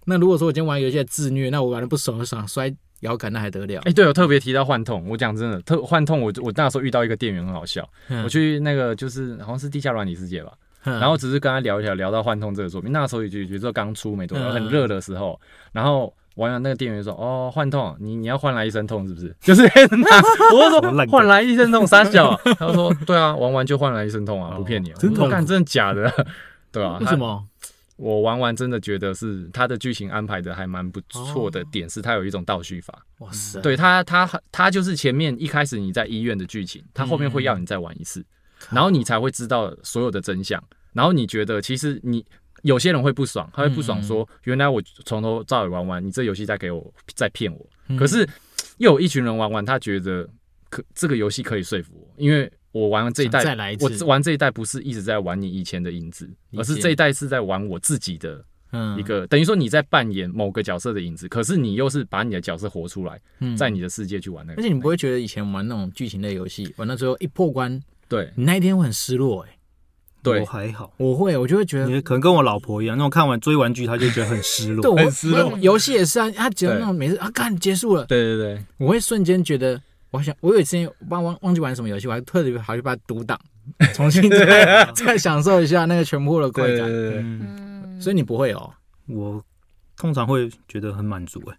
Speaker 2: 那如果说我今天玩游戏在自虐，那我玩的不爽，我爽摔摇杆那还得了
Speaker 4: 哎、？对，我特别提到幻痛。我讲真的，特幻痛我，我那时候遇到一个店员很好笑。
Speaker 2: 嗯
Speaker 4: 我去那个就是好像是地下软体世界吧，
Speaker 2: 然
Speaker 4: 然后只是跟他聊一聊，聊到幻痛这个作品。那时候也就觉得刚出没多久，
Speaker 2: 嗯
Speaker 4: 很热的时候，然后。完了，那个店员说：“哦，幻痛，你你要换来一身痛是不是？ 就是我就
Speaker 5: 么
Speaker 4: 说
Speaker 5: 烂梗
Speaker 4: 换来一身痛，傻小。” 他说：“对啊，玩完就换来一身痛啊，
Speaker 5: 哦
Speaker 4: 不骗你啊。”
Speaker 5: 真
Speaker 4: 我说
Speaker 5: 痛苦
Speaker 4: 干真的假的？ 对啊，
Speaker 2: 为
Speaker 4: 他
Speaker 2: 什么？
Speaker 4: 我玩完真的觉得是它的剧情安排的还蛮不错
Speaker 2: 哦
Speaker 4: 的点，是它有一种倒叙法。
Speaker 2: 哇塞，
Speaker 4: 对它，它它就是前面一开始你在医院的剧情，它后面会要
Speaker 2: 嗯
Speaker 4: 你再玩一次，然后你才会知道所有的真相。然后你觉得其实你有些人会不爽，他会不
Speaker 2: 嗯
Speaker 4: 爽说，原来我从头到尾玩完，你这游戏在给我在骗我。
Speaker 2: 嗯
Speaker 4: 可是又有一群人玩完，他觉得可这个游戏可以说服我，因为我玩完这一代，
Speaker 2: 想再来一
Speaker 4: 我
Speaker 2: 次
Speaker 4: 玩这一代不是一直在玩你以前的影子，
Speaker 2: 理解
Speaker 4: 而是这一代是在玩我自己的
Speaker 2: 嗯
Speaker 4: 一个，等于说你在扮演某个角色的影子，可是你又是把你的角色活出来，
Speaker 2: 嗯
Speaker 4: 在你的世界去玩那个，
Speaker 2: 而且你不会觉得以前玩那种剧情类游戏，玩到最后一破关，
Speaker 4: 对
Speaker 2: 你那一天会很失落哎、
Speaker 4: 对
Speaker 5: 我，还好，
Speaker 2: 我会，我就会觉得，
Speaker 5: 你可能跟我老婆一样，那种看完追完剧，她就觉得很失落。
Speaker 2: 对，我
Speaker 4: 很失落
Speaker 2: 我游戏也是啊，它只有
Speaker 4: 对
Speaker 2: 那种每次啊，干结束了，
Speaker 4: 对对对，
Speaker 2: 我会瞬间觉得，我想，我有一次忘忘忘记玩什么游戏，我还特别跑去把它读档，重新再再享受一下那个全部的快感。
Speaker 4: 对
Speaker 5: 嗯
Speaker 3: 嗯，
Speaker 2: 所以你不会哦，
Speaker 5: 我通常会觉得很满足哎、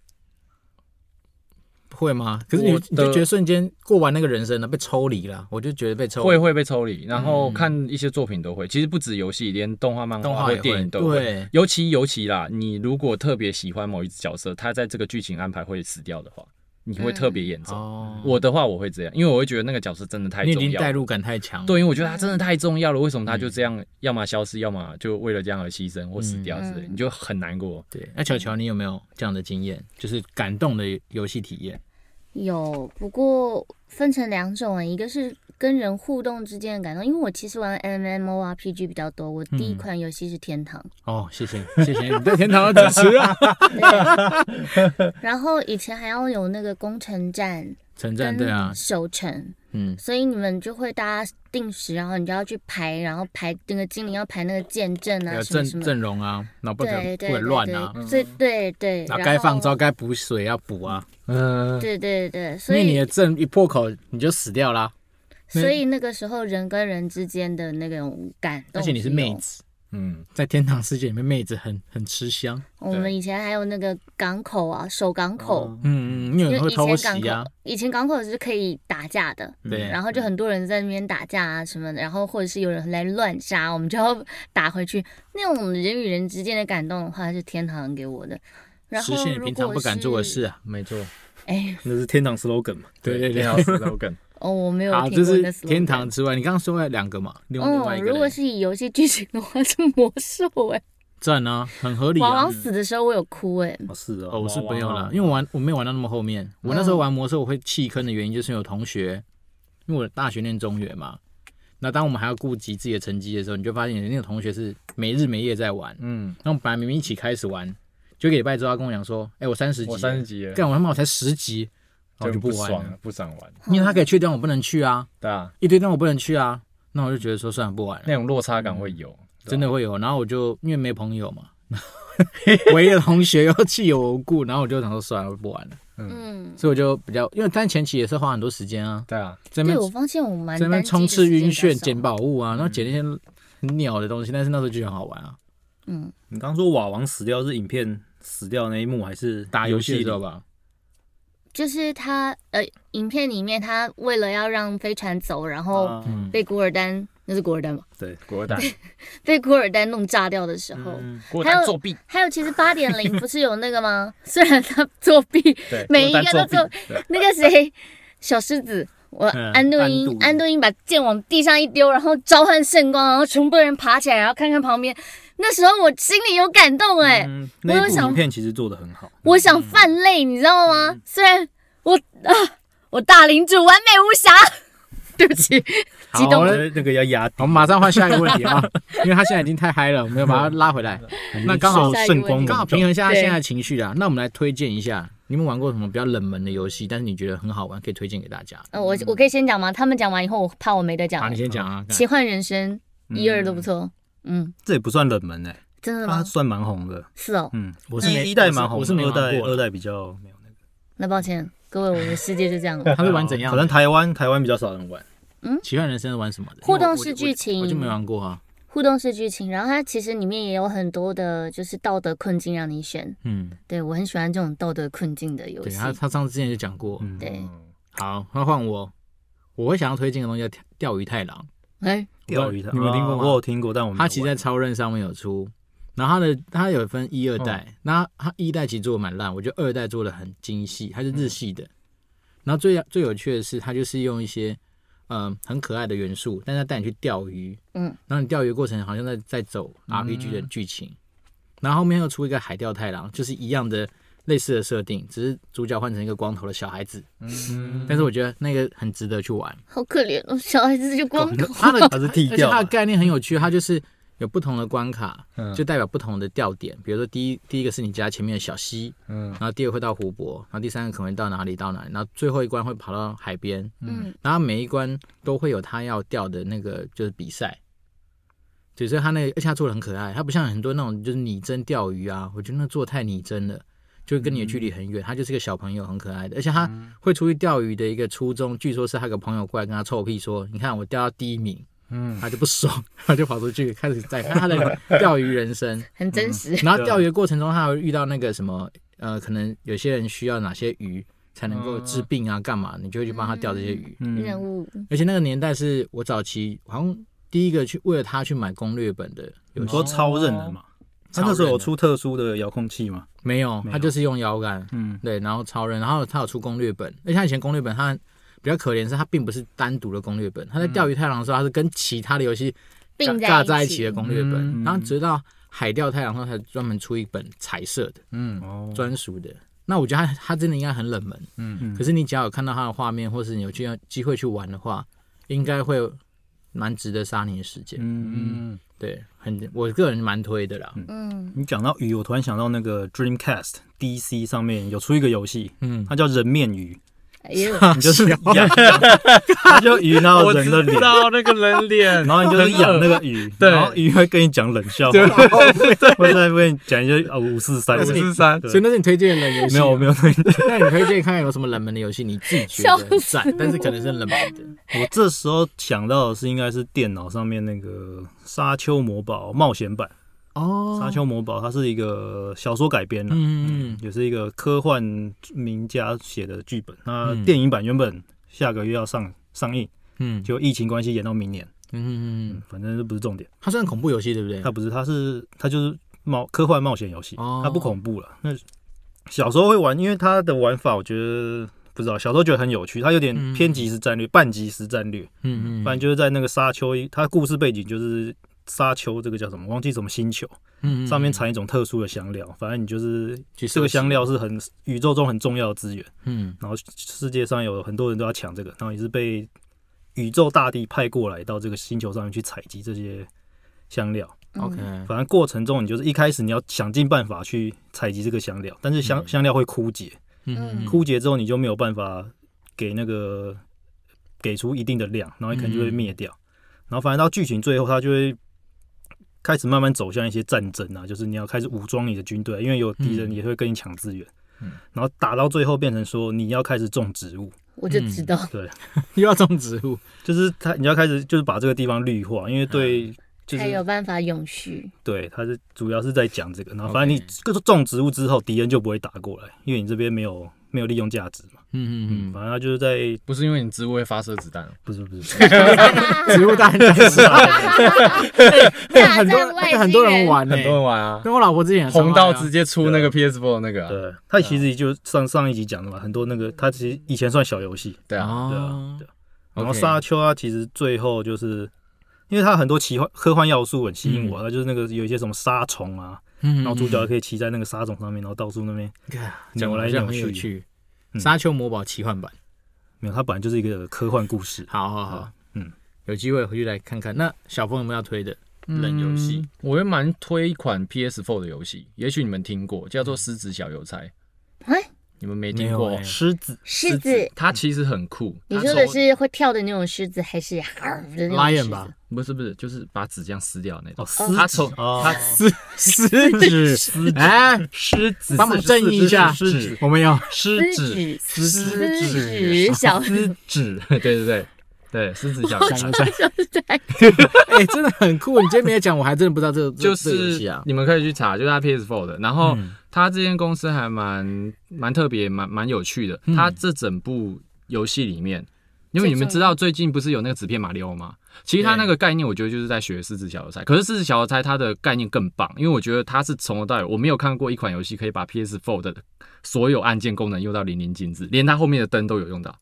Speaker 2: 会吗？可是你
Speaker 4: 我的
Speaker 2: 你就觉得瞬间过完那个人生了，被抽离了，我就觉得被抽离
Speaker 4: 会会被抽离，然后
Speaker 2: 嗯
Speaker 4: 看一些作品都会，其实不止游戏，连动画、漫
Speaker 2: 动
Speaker 4: 画
Speaker 2: 画
Speaker 4: 或
Speaker 2: 也会
Speaker 4: 电影都会。
Speaker 2: 对，
Speaker 4: 尤其尤其啦，你如果特别喜欢某一角色，他在这个剧情安排会死掉的话，你会特别严重。
Speaker 2: 哦，
Speaker 4: 我的话我会这样，因为我会觉得那个角色真的太
Speaker 2: 你已
Speaker 4: 重
Speaker 2: 经
Speaker 4: 要
Speaker 2: 代
Speaker 4: 了。
Speaker 2: 入嗯感太强，
Speaker 4: 对，因为我觉得他真的太重要了，为什么他就这样，要么消失，要么就为了这样而牺牲或死掉之类，
Speaker 3: 嗯
Speaker 4: 你就很难过。
Speaker 2: 对。那乔乔，你有没有这样的经验，就是感动的游戏体验？
Speaker 3: 有，不过分成两种啊，一个是跟人互动之间的感动，因为我其实玩 MMORPG 比较多，我第一
Speaker 2: 嗯
Speaker 3: 款游戏是《天堂》
Speaker 2: 哦，谢谢谢谢 你对天堂的支持啊！
Speaker 3: 对然后以前还要有那个攻城战
Speaker 2: 称赞对啊
Speaker 3: 跟，守城，
Speaker 2: 嗯
Speaker 3: 所以你们就会大家定时，然后你就要去排，然后排那个精灵要排那个剑阵啊
Speaker 2: 有
Speaker 3: 什么
Speaker 2: 阵
Speaker 3: 什么，
Speaker 2: 阵容啊，然后不可
Speaker 3: 对对
Speaker 2: 不可
Speaker 3: 对
Speaker 2: 乱啊，
Speaker 3: 对，所以对对，
Speaker 2: 哪
Speaker 3: 然
Speaker 2: 该放
Speaker 3: 后
Speaker 2: 招该补水要补啊，
Speaker 4: 嗯、
Speaker 3: 对对对，所
Speaker 2: 因为你的
Speaker 3: 以
Speaker 2: 阵一破口你就死掉啦，
Speaker 3: 所以那个时候人跟人之间的那种感动，
Speaker 2: 而且你是妹，子，
Speaker 4: 嗯，
Speaker 2: 在天堂世界里面妹子很很吃香，
Speaker 3: 我们以前还有那个港口啊，守港口。
Speaker 5: 哦
Speaker 2: 嗯嗯， 因为
Speaker 3: 因
Speaker 2: 会
Speaker 3: 为以
Speaker 2: 偷
Speaker 3: 前
Speaker 2: 袭
Speaker 3: 港
Speaker 2: 啊
Speaker 3: 口，，以前港口是可以打架的，
Speaker 2: 对，
Speaker 3: 然后就很多人在那边打架啊什么的，然后或者是有人来乱杀，我们就要打回去。那种人与人之间的感动的话，是天堂给我的。然后
Speaker 2: 实现你
Speaker 3: 如
Speaker 2: 平常
Speaker 3: 果
Speaker 2: 不敢做的
Speaker 3: 是
Speaker 2: 事，啊，
Speaker 4: 没错，
Speaker 3: 哎，
Speaker 5: 那是天堂 slogan 嘛？
Speaker 2: 对对对
Speaker 4: 要死都梗。
Speaker 3: 哦，我没 有
Speaker 2: 好，
Speaker 3: 听
Speaker 2: 这
Speaker 3: 过那
Speaker 2: 是
Speaker 3: slogan
Speaker 2: 天堂。之外，你刚刚说了两个嘛，另外另外
Speaker 3: 哦，
Speaker 2: 一
Speaker 3: 如
Speaker 2: 个
Speaker 3: 果
Speaker 2: 嘞
Speaker 3: 是以游戏剧情的话，是魔兽哎、
Speaker 2: 赞啊，很合理
Speaker 3: 王
Speaker 2: 啊
Speaker 3: 王。死的时候我有哭哎、
Speaker 5: 哦，是
Speaker 2: 哦，
Speaker 5: 哦，
Speaker 2: 我是
Speaker 4: 娃娃
Speaker 2: 没有了
Speaker 4: 啊，
Speaker 2: 因为我玩我没有玩到那么后面。我那时候玩魔兽，我会弃坑的原因就是有同学，因为我大学念中原嘛。那当我们还要顾及自己的成绩的时候，你就发现有那个同学是没日没夜在玩。
Speaker 4: 嗯，
Speaker 2: 那我们本来明明一起开始玩，就一个礼拜之后他跟我讲说：“哎、我三十级，
Speaker 4: 我三十，级了，
Speaker 2: 干我他妈我才十级，然后就
Speaker 4: 就不
Speaker 2: 玩
Speaker 4: 爽
Speaker 2: 了
Speaker 4: 了，，不想玩，
Speaker 2: 因
Speaker 3: 嗯
Speaker 2: 为他可以去的地方我不能去啊，
Speaker 4: 对啊，
Speaker 2: 一堆地方我不能去啊。”那我就觉得说算了，不玩了。
Speaker 4: 那种落差感会有，对啊
Speaker 2: 真的会有。然后我就因为没朋友嘛， 唯一的同学又弃我无顾，然后我就想说算了，我不玩了。
Speaker 3: 嗯，
Speaker 2: 所以我就比较，因为但前期也是花很多时间啊，
Speaker 4: 对啊，
Speaker 2: 在那
Speaker 3: 对，
Speaker 2: 边
Speaker 3: 我发现我蛮
Speaker 2: 在那边
Speaker 3: 单机
Speaker 2: 冲
Speaker 3: 的
Speaker 2: 刺
Speaker 3: 时间
Speaker 2: 晕
Speaker 3: 比较
Speaker 2: 眩、
Speaker 3: 少
Speaker 2: 捡宝物啊，然后捡那些很鸟的东西，但是那时候就觉得很好玩啊。
Speaker 3: 嗯，
Speaker 5: 你刚刚说瓦王死掉是影片死掉那一幕，还是
Speaker 2: 打游戏的
Speaker 5: 里
Speaker 2: 时候？吧，
Speaker 3: 就是他呃，影片里面他为了要让飞船走，然后
Speaker 5: 啊
Speaker 2: 嗯，
Speaker 3: 被古尔丹，那是古尔丹吧？
Speaker 4: 国蛋，
Speaker 3: 被古尔丹弄炸掉的时候，
Speaker 5: 嗯
Speaker 4: 国
Speaker 3: 还
Speaker 4: 蛋
Speaker 3: 有
Speaker 4: 作弊，
Speaker 3: 还有其实八点零不是有那个吗？虽然他作弊，
Speaker 4: 对，
Speaker 3: 每一
Speaker 4: 郭
Speaker 3: 个
Speaker 4: 丹
Speaker 3: 都
Speaker 4: 作
Speaker 3: 作
Speaker 4: 弊，对
Speaker 3: 那个谁，小狮子。我
Speaker 5: 嗯
Speaker 3: 安顿英
Speaker 5: 安度，
Speaker 3: 安顿英把剑往地上一丢，然后召唤圣光，然后全部人爬起来，然后看看旁边。那时候我心里有感动哎、
Speaker 5: 嗯
Speaker 3: 我
Speaker 5: 那
Speaker 3: 有
Speaker 5: 一部
Speaker 3: 想
Speaker 5: 影片其实做的很好。
Speaker 3: 我想泛
Speaker 2: 嗯
Speaker 3: 泪，你知道吗？虽然我啊，我大领主完美无瑕， 对不起，激
Speaker 2: 好
Speaker 3: 动
Speaker 5: 我
Speaker 2: 了
Speaker 5: 觉得那个要压低
Speaker 2: 我们马上换下一个问题 啊，因为他现在已经太嗨了，我们要把他拉回来。那刚好
Speaker 5: 受圣光
Speaker 2: 刚好
Speaker 5: 笼罩
Speaker 2: 平。衡一下他
Speaker 3: 对
Speaker 2: 现在的情绪啊啦。那我们来推荐一下，你们玩过什么比较冷门的游戏，但是你觉得很好玩，可以推荐给大家。
Speaker 3: 呃，我我可以先讲吗？他们讲完以后，我怕我没得
Speaker 2: 好，
Speaker 3: 讲
Speaker 2: 你。先讲啊。
Speaker 3: 奇幻人生一二都不错，嗯，
Speaker 5: 这也不算冷门哎、
Speaker 3: 真的
Speaker 5: 它
Speaker 3: 吗？
Speaker 5: 算蛮红的。
Speaker 3: 是哦，
Speaker 5: 嗯，我
Speaker 2: 是没
Speaker 5: 一代蛮红的，
Speaker 2: 我是我是没
Speaker 5: 二代
Speaker 2: 玩过啦
Speaker 5: 二代比较没有那
Speaker 3: 那抱歉各位，我的世界就 这样了。
Speaker 2: 他是
Speaker 5: 个。
Speaker 2: 玩怎样
Speaker 5: 反
Speaker 2: 的？
Speaker 5: 正台湾台湾比较少人玩。
Speaker 2: 奇幻人生是玩什么的？
Speaker 3: 互
Speaker 2: 因
Speaker 3: 动
Speaker 2: 为我
Speaker 3: 式
Speaker 2: 我
Speaker 3: 剧情
Speaker 2: 我就没玩过啊。
Speaker 3: 互动式剧情，然后它其实里面也有很多的，就是道德困境让你选。
Speaker 2: 嗯，
Speaker 3: 对我很喜欢这种道德困境的游
Speaker 2: 对
Speaker 3: 戏。
Speaker 2: 他他上次之前就讲过。
Speaker 5: 嗯，
Speaker 3: 对
Speaker 2: 好，那换我，我会想要推荐的东西叫钓钓鱼太郎，
Speaker 3: 哎，
Speaker 5: 钓鱼的，
Speaker 2: 你们听过
Speaker 5: 啊
Speaker 2: 吗
Speaker 5: 我有听过，但我没有
Speaker 2: 它其实在
Speaker 5: 玩
Speaker 2: 超任上面有出。然后它的它有分一二
Speaker 5: 哦
Speaker 2: 代，那它一代其实做的蛮烂，我觉得二代做的很精细，它是日系
Speaker 5: 嗯
Speaker 2: 的。然后最最有趣的是，它就是用一些嗯、呃很可爱的元素，但它带你去钓鱼，
Speaker 3: 嗯，
Speaker 2: 然后你钓鱼过程好像在在走
Speaker 5: 嗯
Speaker 2: RPG 的剧情。然后后面又出一个海钓太郎，就是一样的类似的设定，只是主角换成一个光头的小孩子。嗯，但是我觉得那个很值得去玩。
Speaker 3: 好可怜哦，小孩子 就光头。
Speaker 2: 它的
Speaker 5: 它是剃
Speaker 2: 而且
Speaker 5: 掉
Speaker 2: 它
Speaker 5: 嘛
Speaker 2: 的，概念很有趣，它就是有不同的关卡，
Speaker 5: 啊嗯
Speaker 2: 就代表不同的钓点。比如说第一第一个是你家前面的小溪，
Speaker 5: 嗯
Speaker 2: 然后第二个会到湖泊，然后第三个可能会到哪里到哪里，然后最后一关会跑到海边。
Speaker 3: 嗯，
Speaker 2: 然后每一关都会有他要钓的那个就是比赛，对，所以他那个而且他做的很可爱，他不像很多那种就是拟真钓鱼啊，我觉得那做得太拟真了，就跟你的距离很远。他就是个小朋友，很可爱的，而且他会出去钓鱼的一个初衷，据说是他有个朋友过来跟他臭屁说，你看我钓到第一名。嗯，他就不爽， 他就跑出去开始在看他的钓鱼人生。
Speaker 3: 很真实。
Speaker 2: 然后钓鱼的过程中，他还会遇到那个什么，呃，可能有些人需要哪些鱼才能够治病啊，干嘛，你就会去帮他钓这些鱼。
Speaker 5: 嗯
Speaker 3: 任务
Speaker 2: 而且那个年代是我早期好像第一个去为了他去买攻略本的游
Speaker 5: 你
Speaker 2: 戏，
Speaker 5: 说超韧哦的嘛？它那时候有出特殊的遥控器嘛？
Speaker 2: 没有，他就是用摇杆，
Speaker 5: 嗯，
Speaker 2: 对，然后超人，然后他有出攻略本，而且他以前攻略本他比较可怜是，他并不是单独的攻略本，他在钓鱼太郎的时候，他是跟其他的游戏
Speaker 3: 并
Speaker 2: 尬尬在
Speaker 3: 在
Speaker 2: 一起的攻略本，
Speaker 5: 嗯
Speaker 2: 然后直到海钓太郎后，才专门出一本彩色的。
Speaker 5: 哦，
Speaker 2: 专属的。那我觉得它它真的应该很冷门，嗯，可是你只要有看到它的画面，或是你有机机会去玩的话，应该会蛮值得杀你的时间。
Speaker 5: 嗯嗯，
Speaker 2: 对，很我个人蛮推的啦。
Speaker 3: 嗯，
Speaker 5: 你讲到鱼，我突然想到那个 Dreamcast DC 上面有出一个游戏，
Speaker 2: 嗯，
Speaker 5: 它叫人面 鱼，
Speaker 3: 哎呦，
Speaker 5: 你就是 养，它就鱼然后
Speaker 4: 我
Speaker 5: 人
Speaker 4: 知
Speaker 5: 的脸，
Speaker 4: 道那个人脸，
Speaker 5: 然后你就是养那个鱼，
Speaker 4: 对
Speaker 5: 然后鱼会跟你讲冷笑话， 会在那边讲一些啊五四三，
Speaker 4: 五十三，
Speaker 5: 对
Speaker 2: 所以那是你推荐的冷游戏，
Speaker 5: 没有没有，我
Speaker 2: 有。那你推荐看看有什么冷门的游戏，你自己觉得很赞，但是可能是冷门的。
Speaker 5: 这时候想到的是应该是电脑上面那个《沙丘魔堡》冒险版，
Speaker 2: 哦
Speaker 5: 《沙丘魔堡》它是一个小说改编的，
Speaker 2: 嗯，
Speaker 5: 也是一个科幻名家写的剧本。那
Speaker 2: 嗯
Speaker 5: 电影版原本下个月要上上映，
Speaker 2: 嗯嗯
Speaker 5: 就疫情关系延到明年，
Speaker 2: 嗯嗯，
Speaker 5: 反正这不是重点。
Speaker 2: 它算恐怖游戏对不对
Speaker 5: 它？不是，它是它就是冒科幻冒险游戏，
Speaker 2: 哦
Speaker 5: 它不恐怖了。那小时候会玩，因为它的玩法我觉得不知道，小时候觉得很有趣，它有点
Speaker 2: 嗯
Speaker 5: 偏即时战略、半即时战略，
Speaker 2: 嗯嗯，
Speaker 5: 反正就是在那个沙丘，它故事背景就是。沙丘这个叫什么？忘记什么星球，
Speaker 2: 嗯嗯
Speaker 5: 上面产一种特殊的香料，反正你就是
Speaker 2: 去
Speaker 5: 这个香料是很宇宙中很重要的资源，
Speaker 2: 嗯
Speaker 5: 然后世界上有很多人都要抢这个，然后你是被宇宙大帝派过来到这个星球上面去采集这些香料。
Speaker 2: ，OK，
Speaker 5: 反正过程中，你就是一开始你要想尽办法去采集这个香料，但是香、香料会枯竭，
Speaker 2: 嗯
Speaker 5: 枯竭之后你就没有办法给那个给出一定的量，然后你可能就会灭掉。然后反正到剧情最后，它就会开始慢慢走向一些战争啊，就是你要开始武装你的军队，因为有敌
Speaker 2: 嗯
Speaker 5: 人也会跟你抢资源。然后打到最后变成说你要开始种植物，
Speaker 3: 我就知道，
Speaker 5: 对，
Speaker 2: 又要种植物，
Speaker 5: 就是它你要开始就是把这个地方绿化，因为
Speaker 2: 嗯
Speaker 5: 对，就
Speaker 3: 才
Speaker 5: 是
Speaker 3: 有办法永续。
Speaker 5: 对，他是主要是在讲这个。然后反正你各种种植物之后，敌人就不会打过来，因为你这边没有没有利用价值嘛。
Speaker 2: 嗯嗯嗯。
Speaker 5: 反正他就是在
Speaker 4: 不是因为你植物会发射子弹，啊
Speaker 5: 不是不是，
Speaker 2: 植 物大战士啊，
Speaker 3: 大
Speaker 2: 很多
Speaker 3: 战外
Speaker 2: 那个
Speaker 3: 星
Speaker 2: 很多人。玩 呢、
Speaker 4: 很多人玩啊，
Speaker 2: 跟我老婆之前也上
Speaker 4: 红到
Speaker 2: 来啊
Speaker 4: 直接出那个 PS4 那个啊，
Speaker 5: 对，他其实就上上一集讲的嘛，很多那个他其实以前算小游戏，
Speaker 4: 对啊，
Speaker 5: 对
Speaker 2: 哦
Speaker 5: 啊，对啊。然后
Speaker 2: OK
Speaker 5: 沙丘啊，其实最后就是。因为它很多奇幻科幻要素很吸引我，它就是那个有一些什么沙虫啊，
Speaker 2: 嗯
Speaker 5: 然后主角可以骑在那个沙虫上面，然后到处那边
Speaker 2: 嗯嗯
Speaker 5: 扭来
Speaker 2: 讲得
Speaker 5: 扭
Speaker 2: 很有
Speaker 5: 去。
Speaker 2: 趣，《
Speaker 5: 嗯
Speaker 2: 沙丘魔堡奇幻版》
Speaker 5: 没有，它本来就是一个科幻故事。
Speaker 2: 好好好，
Speaker 5: 嗯，
Speaker 2: 有机会回去来看看。那小峰有没有要推的冷游戏
Speaker 4: 嗯？我也蛮推一款 PS4 的游戏，也许你们听过，叫做《狮子小邮差》
Speaker 3: 哎，
Speaker 4: 你们没
Speaker 2: 没
Speaker 4: 听
Speaker 2: 有
Speaker 4: 过
Speaker 2: 哎？
Speaker 5: 啊狮子，
Speaker 3: 狮子，
Speaker 4: 它其实很酷。
Speaker 3: 你
Speaker 4: 它
Speaker 3: 说的
Speaker 4: 从
Speaker 3: 是会跳的那种狮子，还是嗷的那种
Speaker 2: Lion
Speaker 3: 狮
Speaker 2: 吧
Speaker 3: 子？
Speaker 4: 不是不是，就是把纸这样撕掉那种
Speaker 5: 哦，。狮
Speaker 4: 它从
Speaker 5: 哦
Speaker 4: 它
Speaker 2: 狮狮子，哎，
Speaker 5: 狮子，
Speaker 2: 帮我们正义一下
Speaker 5: 狮子，
Speaker 2: 我们要
Speaker 4: 狮子
Speaker 3: 子，
Speaker 4: 狮子
Speaker 3: 狮子小
Speaker 4: 狮子，对对对对，狮子小邮差。
Speaker 2: 哎，真的很酷。你今天没有讲，我还真的不知道 这这
Speaker 4: 就
Speaker 2: 这个游戏
Speaker 4: 是
Speaker 2: 啊。嗯
Speaker 4: 你们可以去查，就是它 PS4 的。然后它这间公司还蛮蛮特别，蛮蛮有趣的。
Speaker 2: 嗯
Speaker 4: 它这整部游戏里面，因为你们知道最近不是有那个纸片马里奥吗？其实它那个概念，我觉得就是在学狮子小邮差。可是狮子小邮差它的概念更棒，因为我觉得它是从头到尾我没有看过一款游戏可以把 PS4 的所有按键功能用到淋漓尽致，连它后面的灯都有用到。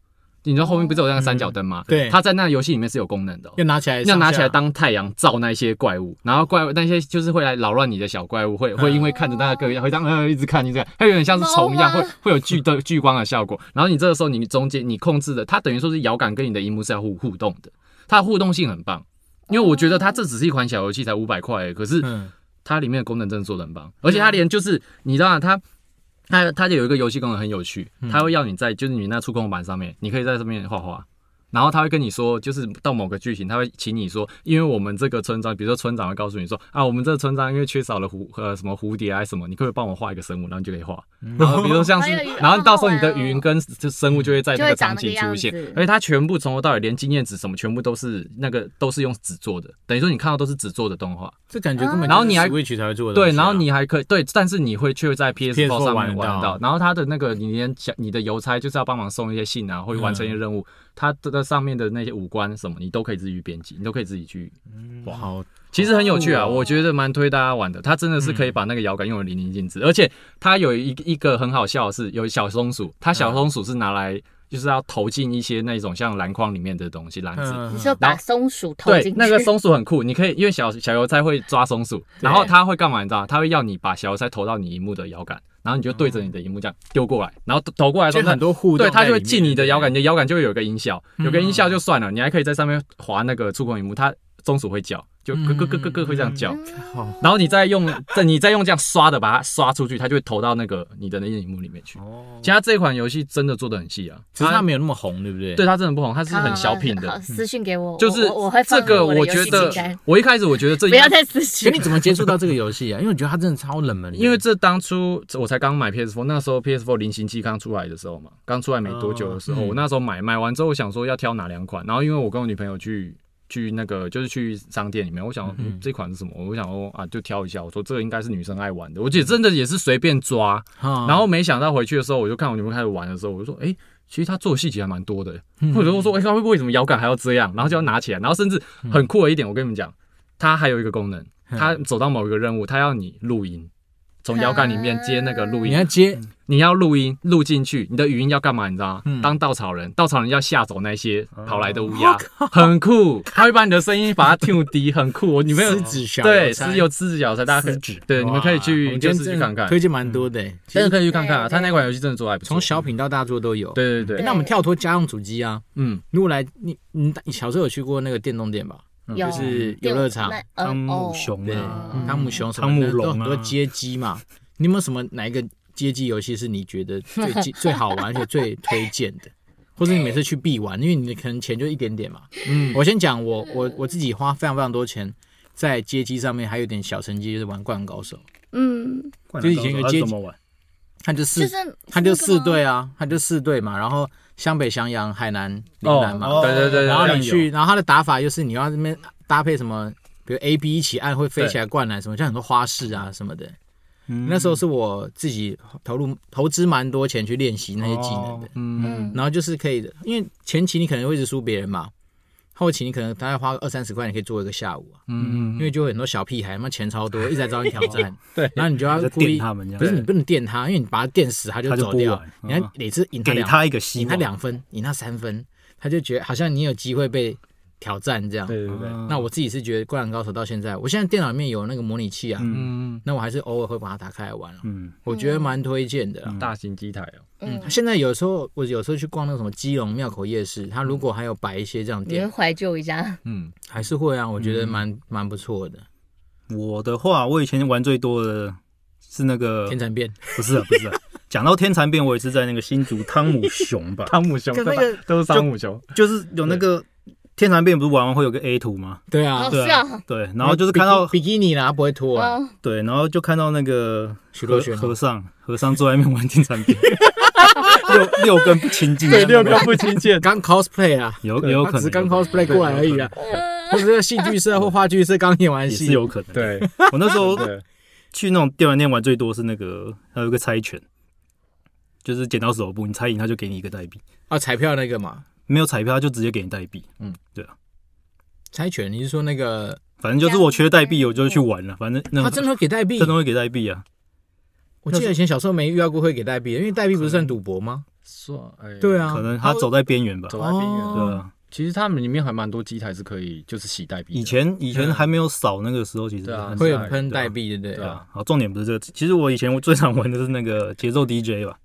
Speaker 4: 你知道后面不是有那个三角灯吗？
Speaker 2: 哦对
Speaker 4: 它在那个游戏里面是有功能的哦、
Speaker 2: 要拿起来，
Speaker 4: 要拿起来，当太阳照那些怪物，然后怪物那些就是会来扰乱你的小怪物，会会因为看着那个会当呃一直看一直看，它有点像是虫一样，
Speaker 3: 猫
Speaker 4: 会
Speaker 3: 吗
Speaker 4: 会有聚灯聚光的效果。然后你这个时候你中间你控制的，它等于说是摇杆跟你的荧幕是要互互动的，它的互动性很棒。因为我觉得它这只是一款小游戏，才五百块而已，可是
Speaker 2: 嗯，
Speaker 4: 它里面的功能真的做的很棒，而且它连就是你知道吗它。它它就有一个游戏功能很有趣，它会要你在就是你那触控板上面，你可以在上面画画，然后它会跟你说，就是到某个剧情，它会请你说，因为我们这个村庄，比如说村长会告诉你说啊，我们这个村庄因为缺少了蝴呃什么蝴蝶啊什么，你可不可以帮我画一个生物，然后你就可以画，然后比如说像是
Speaker 3: 还有，
Speaker 4: 然后到时候你的
Speaker 3: 好好玩哦
Speaker 4: 云跟就生物就会在那
Speaker 3: 就
Speaker 4: 个
Speaker 3: 会长
Speaker 4: 场景
Speaker 3: 那个
Speaker 4: 出现
Speaker 3: 样子，
Speaker 4: 而且它全部从头到尾连纪念纸什么全部都是那个都是用纸做的，等于说你看到都是纸做的动画。
Speaker 2: 这感觉根本
Speaker 4: 然后你还
Speaker 2: Switch 才会做的东西
Speaker 4: 对，
Speaker 2: 啊，
Speaker 4: 然后你还可以对，但是你会却在 PS4
Speaker 2: PS4
Speaker 4: 上
Speaker 2: 玩
Speaker 4: 面
Speaker 2: 得
Speaker 4: 玩得
Speaker 2: 到
Speaker 4: 到。然后它的那个你连小你的邮差就是要帮忙送一些信啊，或者完成一些任务，它的上面的那些五官什么，你都可以自己去编辑，你都可以自己去。
Speaker 2: 哇，好
Speaker 4: 其实很有趣啊，我觉得蛮推大家玩的。它真的是可以把那个摇杆用的淋漓尽致，而且它有一一个很好笑的是，有小松鼠，它小松鼠是拿来就是要投进一些那种像篮筐里面的东西篮子，
Speaker 2: 嗯
Speaker 3: 你说把松鼠投
Speaker 4: 对
Speaker 3: 进去，，
Speaker 4: 那个松鼠很酷，你可以因为小小邮差会抓松鼠，然后他会干嘛？你知道吗？他会要你把小邮差投到你荧幕的摇杆，然后你就对着你的荧幕这样丢过来，然后投投过来的时
Speaker 2: 就
Speaker 4: 候，
Speaker 2: 很
Speaker 4: 那
Speaker 2: 多互动在
Speaker 4: 对，
Speaker 2: 里面，
Speaker 4: 他就会进你的
Speaker 2: 对
Speaker 4: 摇杆，你的摇杆就会有个音效，有个音效就算了，你还可以在上面滑那个触控荧幕，它松鼠会叫，就咯咯咯咯咯会这样叫。
Speaker 3: 嗯
Speaker 4: 然后你再用，再你再用这样刷的把它刷出去，它就会投到那个你的那荧幕里面去。
Speaker 5: 哦
Speaker 4: 其实它这款游戏真的做的很细啊，
Speaker 2: 只是它没有那么红，对不对？
Speaker 4: 对，它真的不红，它是很小品
Speaker 3: 好好
Speaker 4: 的，嗯
Speaker 3: 私信给我，
Speaker 4: 就是
Speaker 3: 我我我会
Speaker 4: 这
Speaker 3: 放入
Speaker 4: 个，
Speaker 3: 我的
Speaker 4: 我
Speaker 3: 游
Speaker 4: 觉
Speaker 3: 戏
Speaker 4: 得
Speaker 3: 清单
Speaker 4: 我一开始我觉得这
Speaker 3: 不要再私信
Speaker 2: 可。你怎么接触到这个游戏啊？因为我觉得它真的超冷 门的，
Speaker 4: 因为这当初我才刚买 PS4，那时候 PS4 零型机刚出来的时候嘛，刚出来没多久的时候，
Speaker 2: 嗯
Speaker 4: 我那时候买买完之后，我想说要挑哪两款，然后因为我跟我女朋友去去那个就是去商店里面，我想、嗯、这款是什么，我想说啊就挑一下，我说这个应该是女生爱玩的，我姐真的也是随便抓，
Speaker 2: 啊，
Speaker 4: 然后没想到回去的时候，我就看我女朋友开始玩的时候，我就说，哎、其实她做的细节还蛮多的，
Speaker 2: 嗯
Speaker 4: 或者我说，哎、她会不会为什么摇杆还要这样？然后就要拿起来，然后甚至
Speaker 2: 嗯
Speaker 4: 很酷的一点，我跟你们讲，它还有一个功能，它走到某一个任务，它要你录音，从摇杆里面接那个录
Speaker 2: 你
Speaker 4: 音
Speaker 2: 要，接
Speaker 4: 你要录音录进去，你的语音要干嘛？你知道吗？
Speaker 2: 嗯
Speaker 4: 当稻草人，稻草人要吓走那些跑来的乌鸦，
Speaker 2: 哦
Speaker 4: 很酷，他会把你的声音把它听低，很酷。我女朋友
Speaker 2: 狮子小
Speaker 4: 对
Speaker 2: 邮差
Speaker 4: 是有狮子小才大家可以
Speaker 5: 狮子
Speaker 4: 对，你们可以
Speaker 2: 哇我
Speaker 4: 去
Speaker 2: 们今
Speaker 4: 就
Speaker 2: 天
Speaker 4: 是去
Speaker 2: 真的
Speaker 4: 看看。
Speaker 2: 推荐蛮多的欸，其
Speaker 4: 真的
Speaker 2: 实
Speaker 4: 可以去看看啊，
Speaker 3: 对对
Speaker 4: 他那款游戏真的做得还不错。
Speaker 2: 从小品到大作都有。，
Speaker 4: 对对对，
Speaker 2: 那我们跳脱家用主机啊，
Speaker 4: 嗯，
Speaker 2: 如果来你你你小时候有去过那个电动店吧？
Speaker 3: 有
Speaker 2: 就是游乐场
Speaker 3: 那呃
Speaker 5: 汤姆
Speaker 3: 哦，
Speaker 5: 熊
Speaker 2: 对
Speaker 5: 啊，，
Speaker 4: 嗯
Speaker 2: 汤姆熊什
Speaker 5: 汤
Speaker 2: 么
Speaker 5: 姆
Speaker 2: 的
Speaker 5: 龙
Speaker 2: 都很
Speaker 5: 啊
Speaker 2: 多街机嘛。你有没有什么哪一个街机游戏是你觉得最 最最好玩而且最推荐的？或者你每次去必玩，因为你可能钱就一点点嘛。嗯，我先讲我我我自己花非常非常多钱在街机上面，还有点小成绩就是玩《灌篮高手》，
Speaker 3: 嗯，
Speaker 5: 灌篮
Speaker 2: 就是以前
Speaker 5: 高手
Speaker 2: 有个
Speaker 5: 它
Speaker 2: 阶
Speaker 5: 是
Speaker 2: 级
Speaker 5: 怎么玩？
Speaker 2: 它就
Speaker 3: 就
Speaker 2: 四
Speaker 3: 是
Speaker 2: 它就
Speaker 3: 那个
Speaker 2: 四
Speaker 3: 吗
Speaker 2: 队啊，它就四队嘛，然后湘北、襄阳、海南、岭南嘛，
Speaker 5: 哦
Speaker 4: 对对对对
Speaker 2: 然后
Speaker 5: 好像
Speaker 2: 你
Speaker 5: 有
Speaker 2: 去，然后它的打法就是你要那边搭配什么，比如 A B 一起按会飞起来灌篮什么，像很多花式啊什么的。
Speaker 5: 嗯
Speaker 2: 那时候是我自己投入投资蛮多钱去练习那些技能的，
Speaker 5: 哦
Speaker 3: 嗯，
Speaker 2: 然后就是可以，因为前期你可能会一直输别人嘛，后期你可能大概花二三十块，你可以做一个下午啊，
Speaker 4: 嗯
Speaker 2: 因为就有很多小屁孩嘛，钱超多，一直在找你挑 战，
Speaker 4: 对
Speaker 2: 然后你就要
Speaker 5: 你在
Speaker 2: 故意
Speaker 5: 电他们这样
Speaker 2: 不是你不能电他，因为你把他电死，他就
Speaker 5: 他就
Speaker 2: 走
Speaker 5: 不
Speaker 2: 掉
Speaker 5: 玩，
Speaker 2: 你看
Speaker 5: 嗯
Speaker 2: 每次赢他
Speaker 5: 给
Speaker 2: 两
Speaker 5: 他一个希
Speaker 2: 赢他
Speaker 5: 望，
Speaker 2: 两分，赢他三分，他就觉得好像你有机会被挑战这样。
Speaker 4: 对对对，
Speaker 2: 嗯那我自己是觉得《灌篮高手》到现在，我现在电脑里面有那个模拟器啊，
Speaker 5: 嗯
Speaker 4: 嗯，
Speaker 2: 那我还是偶尔会把它打开来玩啊，
Speaker 5: 嗯
Speaker 2: 我觉得蛮推荐的啦。
Speaker 4: 大型机台哦，
Speaker 3: 嗯，
Speaker 2: 现在有时候我有时候去逛那个什么基隆庙口夜市，它如果还有摆一些这样的
Speaker 3: 你会
Speaker 2: 店，
Speaker 3: 怀旧一下，
Speaker 1: 嗯，
Speaker 2: 还是会啊，我
Speaker 5: 嗯
Speaker 2: 觉得蛮蛮不错的。
Speaker 5: 我的话，我以前玩最多的是那个
Speaker 2: 天蚕变，
Speaker 5: 不是啊，不是啊。讲到天蚕变，我也是在那个新竹汤姆熊吧，
Speaker 4: 汤姆熊，
Speaker 2: 跟那个
Speaker 4: 对吧都是汤姆熊，
Speaker 5: 就是有那个天蚕变，不是玩完会有个 A 图吗？
Speaker 2: 对
Speaker 3: 哦
Speaker 2: 啊，
Speaker 5: 对
Speaker 3: 是啊，
Speaker 5: 对，然后就是看到
Speaker 2: 比基比基尼啦，它不会脱啊。
Speaker 3: 嗯，
Speaker 5: 对，然后就看到那个
Speaker 2: 许
Speaker 5: 和
Speaker 2: 若瑄哦
Speaker 5: 和尚，和尚坐在那边玩天蚕变， 六六根不清净，对
Speaker 4: 六个不亲见，
Speaker 2: 刚 cosplay 啊，
Speaker 5: 有也有可
Speaker 2: 他
Speaker 5: 能
Speaker 2: 只是刚 cosplay 过来而已啊，或者是戏剧社或话剧社刚演完
Speaker 5: 也
Speaker 2: 戏
Speaker 5: 是，有可 能。，
Speaker 4: 对
Speaker 5: 我那时候
Speaker 4: 对，
Speaker 5: 去那种电玩店玩最多是那个，还有一个猜拳，就是剪刀石头布，你猜赢他就给你一个代币，
Speaker 2: 啊，彩票那个嘛，
Speaker 5: 没有彩票他就直接给你代币。
Speaker 2: 猜拳，你是说那个
Speaker 5: 反正就是我缺代币，我就去玩了。反正那
Speaker 2: 他真的会给代币
Speaker 5: 这？东西给代币啊，
Speaker 2: 我记得以前小时候没遇到过会给代币的，因为代币不是算赌博吗？
Speaker 4: 算，哎
Speaker 2: 对，啊，
Speaker 5: 可能他走在边缘吧。
Speaker 4: 走在边缘。
Speaker 5: 对
Speaker 2: 哦
Speaker 5: 啊，
Speaker 4: 其实他们里面还蛮多机台是可以就是洗代币的，
Speaker 5: 以前以前还没有扫那个时候，其实
Speaker 4: 对啊
Speaker 5: 很少
Speaker 2: 会
Speaker 4: 有
Speaker 2: 有喷代币，对不对？
Speaker 4: 对啊，
Speaker 5: 好，重点不是这个，其实我以前我最常玩的是那个节奏 DJ 吧，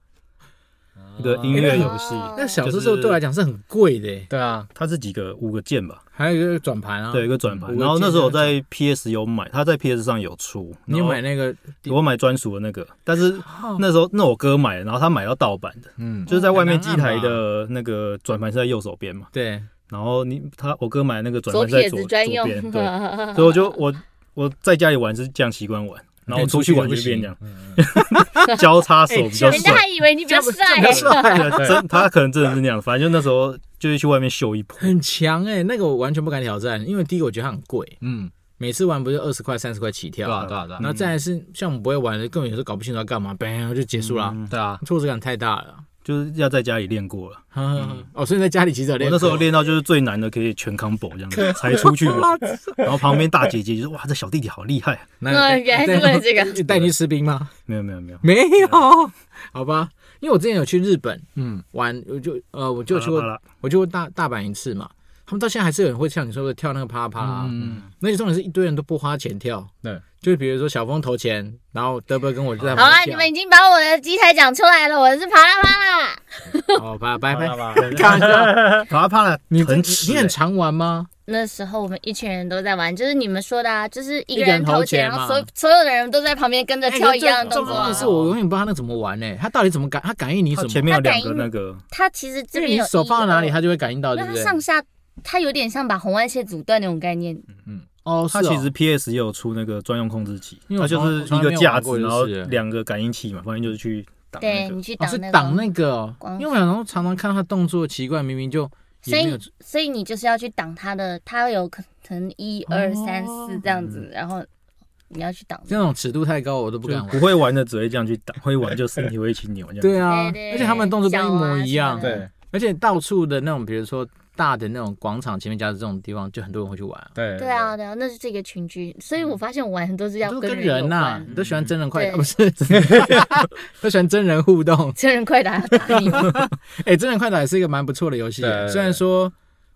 Speaker 5: 一个音乐游戏，
Speaker 3: 哦
Speaker 2: 那小时候对我来讲是很贵的欸，
Speaker 4: 对啊，
Speaker 5: 它是几个五个键吧，
Speaker 2: 还有一个转盘啊，
Speaker 5: 对，一，个转盘。
Speaker 2: 五个键
Speaker 5: 然后那时候我在 PS 有买，它在 PS 上有出，
Speaker 2: 你有买
Speaker 5: 然
Speaker 2: 那个
Speaker 5: 后我买专属的那个，但是那时候那我哥买的，然后他买到盗版
Speaker 2: 哦
Speaker 5: 的，
Speaker 4: 嗯，
Speaker 5: 就是在外面
Speaker 2: 很
Speaker 5: 机
Speaker 2: 难按
Speaker 5: 台
Speaker 2: 吧
Speaker 5: 的那个转盘是在右手边嘛，
Speaker 2: 对，
Speaker 5: 然后你他我哥买的那个转
Speaker 3: 左
Speaker 5: 盘是在
Speaker 3: 撇
Speaker 5: 左
Speaker 3: 子
Speaker 5: 左
Speaker 3: 专用，
Speaker 5: 边，对，所以
Speaker 3: 嗯
Speaker 5: 我就我我在家里玩是这样习惯玩，然后我出去玩就变这样，
Speaker 2: 嗯
Speaker 5: 交叉手比较
Speaker 3: 哎人家
Speaker 5: 帅。
Speaker 3: 还以为你比较帅，
Speaker 5: 对啊真他可能真的是那样，反正就那时候就是去外面秀一波。
Speaker 2: 很强哎，那个我完全不敢挑战，因为第一个我觉得它很贵，
Speaker 1: 嗯，
Speaker 2: 每次玩不是二十块、三十块起
Speaker 1: 对
Speaker 2: 跳，
Speaker 1: 啊，对啊，对啊
Speaker 2: 然，后再来是像我们不会玩的，根本有时候搞不清楚要干嘛，bang 就结束啦，
Speaker 5: 嗯
Speaker 1: 对啊，
Speaker 2: 挫折感太大了。
Speaker 5: 就是要在家里练过了。
Speaker 2: 哦，所以在家里其实有
Speaker 5: 我
Speaker 2: 练
Speaker 5: 那时候
Speaker 3: 哦
Speaker 2: 过
Speaker 5: 练到就是最难的，可以全 combo 这样子才出去玩。然后旁边大姐姐就说：“哇，这小弟弟好厉害啊
Speaker 2: 那
Speaker 3: 嗯，原来是为了这个，
Speaker 2: 你带你去吃冰吗？！”
Speaker 5: 没有没有没有，
Speaker 2: 没有，好吧，因为我之前有去日本
Speaker 1: 嗯，
Speaker 2: 玩，我就呃我就去过
Speaker 5: 巴拉巴拉
Speaker 2: 我就大大阪一次嘛，他们到现在还是有人会像你说的跳那个啪啦啪啦啊，
Speaker 1: 嗯，
Speaker 2: 而且重点是一堆人都不花钱跳，
Speaker 4: 对，
Speaker 2: 就是比如说小峰投钱，然后德伯跟我就在
Speaker 3: 好啊，
Speaker 2: 旁
Speaker 3: 你
Speaker 2: 边
Speaker 3: 们已经把我的机台讲出来了，我是啪啦啪啦，
Speaker 2: 跳，哦，拜拜拜，
Speaker 4: 吧，
Speaker 2: 开玩笑，
Speaker 5: 啪啦啪啦，
Speaker 2: 你
Speaker 5: 很
Speaker 2: 你
Speaker 5: 耻
Speaker 2: 你
Speaker 5: 欸
Speaker 2: 很常玩吗？
Speaker 3: 那时候我们一群人都在玩，就是你们说的啊，就是一个
Speaker 2: 一个人
Speaker 3: 人投
Speaker 2: 投钱
Speaker 3: 钱，然后
Speaker 2: 嘛
Speaker 3: 所有所有的人都在旁边跟着跳一样的
Speaker 2: 重
Speaker 3: 动作
Speaker 2: 重点
Speaker 3: 啊。
Speaker 2: 是我永远不知道他那怎么玩欸呢，他到底怎么感，他感应你什
Speaker 5: 他
Speaker 2: 么？
Speaker 5: 前面有两个那个，
Speaker 3: 他其实这
Speaker 2: 因为
Speaker 3: 边
Speaker 2: 你
Speaker 3: 有
Speaker 2: 手放在哪里，
Speaker 3: 一
Speaker 2: 他就会感应到，
Speaker 3: 个
Speaker 2: 对
Speaker 3: 因
Speaker 2: 不
Speaker 3: 为它
Speaker 2: 对？
Speaker 3: 上下，它有点像把红外线阻断那种概念。
Speaker 2: 哦，是
Speaker 5: 他
Speaker 2: 哦
Speaker 5: 其实 PS 也有出那个专用控制器，
Speaker 2: 因为
Speaker 5: 它
Speaker 2: 我
Speaker 5: 就
Speaker 2: 从
Speaker 5: 是
Speaker 2: 从
Speaker 5: 一
Speaker 2: 来
Speaker 5: 个
Speaker 2: 没有
Speaker 5: 架
Speaker 2: 玩过
Speaker 5: 子，然
Speaker 2: 就
Speaker 5: 后
Speaker 2: 是了
Speaker 5: 两个感应器嘛，反正就是去挡那
Speaker 3: 对
Speaker 5: 个
Speaker 3: 你。去
Speaker 2: 哦
Speaker 3: 挡
Speaker 2: 是
Speaker 3: 那
Speaker 2: 挡
Speaker 3: 个，
Speaker 2: 那个哦，
Speaker 3: 光
Speaker 2: 因为我常常常常看到他动作奇怪，明明就
Speaker 3: 所
Speaker 2: 也没
Speaker 3: 以
Speaker 2: 有
Speaker 3: 所以你就是要去挡它的，它有可能一二三四这样子，然后你要去挡。
Speaker 2: 这种尺度太高，我都不
Speaker 5: 就
Speaker 2: 敢
Speaker 5: 不
Speaker 2: 玩。
Speaker 5: 会玩的只会这样去挡，会玩就身体会一起扭这样。
Speaker 2: 对啊，
Speaker 3: 对对
Speaker 2: 而且他们动作都一模一样，
Speaker 3: 脚啊什么的
Speaker 4: 对
Speaker 2: 而且到处的那种，比如说大的那种广场前面加的这种地方，就很多人会去玩啊，
Speaker 4: 对
Speaker 3: 对啊，，对啊，那是这个群居，所以我发现我玩很多是要
Speaker 2: 都
Speaker 3: 跟
Speaker 2: 嗯跟啊
Speaker 3: 人有
Speaker 2: 呐、
Speaker 3: 关。
Speaker 2: 你都喜欢真人快打，
Speaker 3: 对
Speaker 2: 不是， 都喜欢真人互动。
Speaker 3: 真人快打要打你，
Speaker 2: 哎、真人快打也是一个蛮不错的游戏耶
Speaker 4: 对，
Speaker 2: 虽然说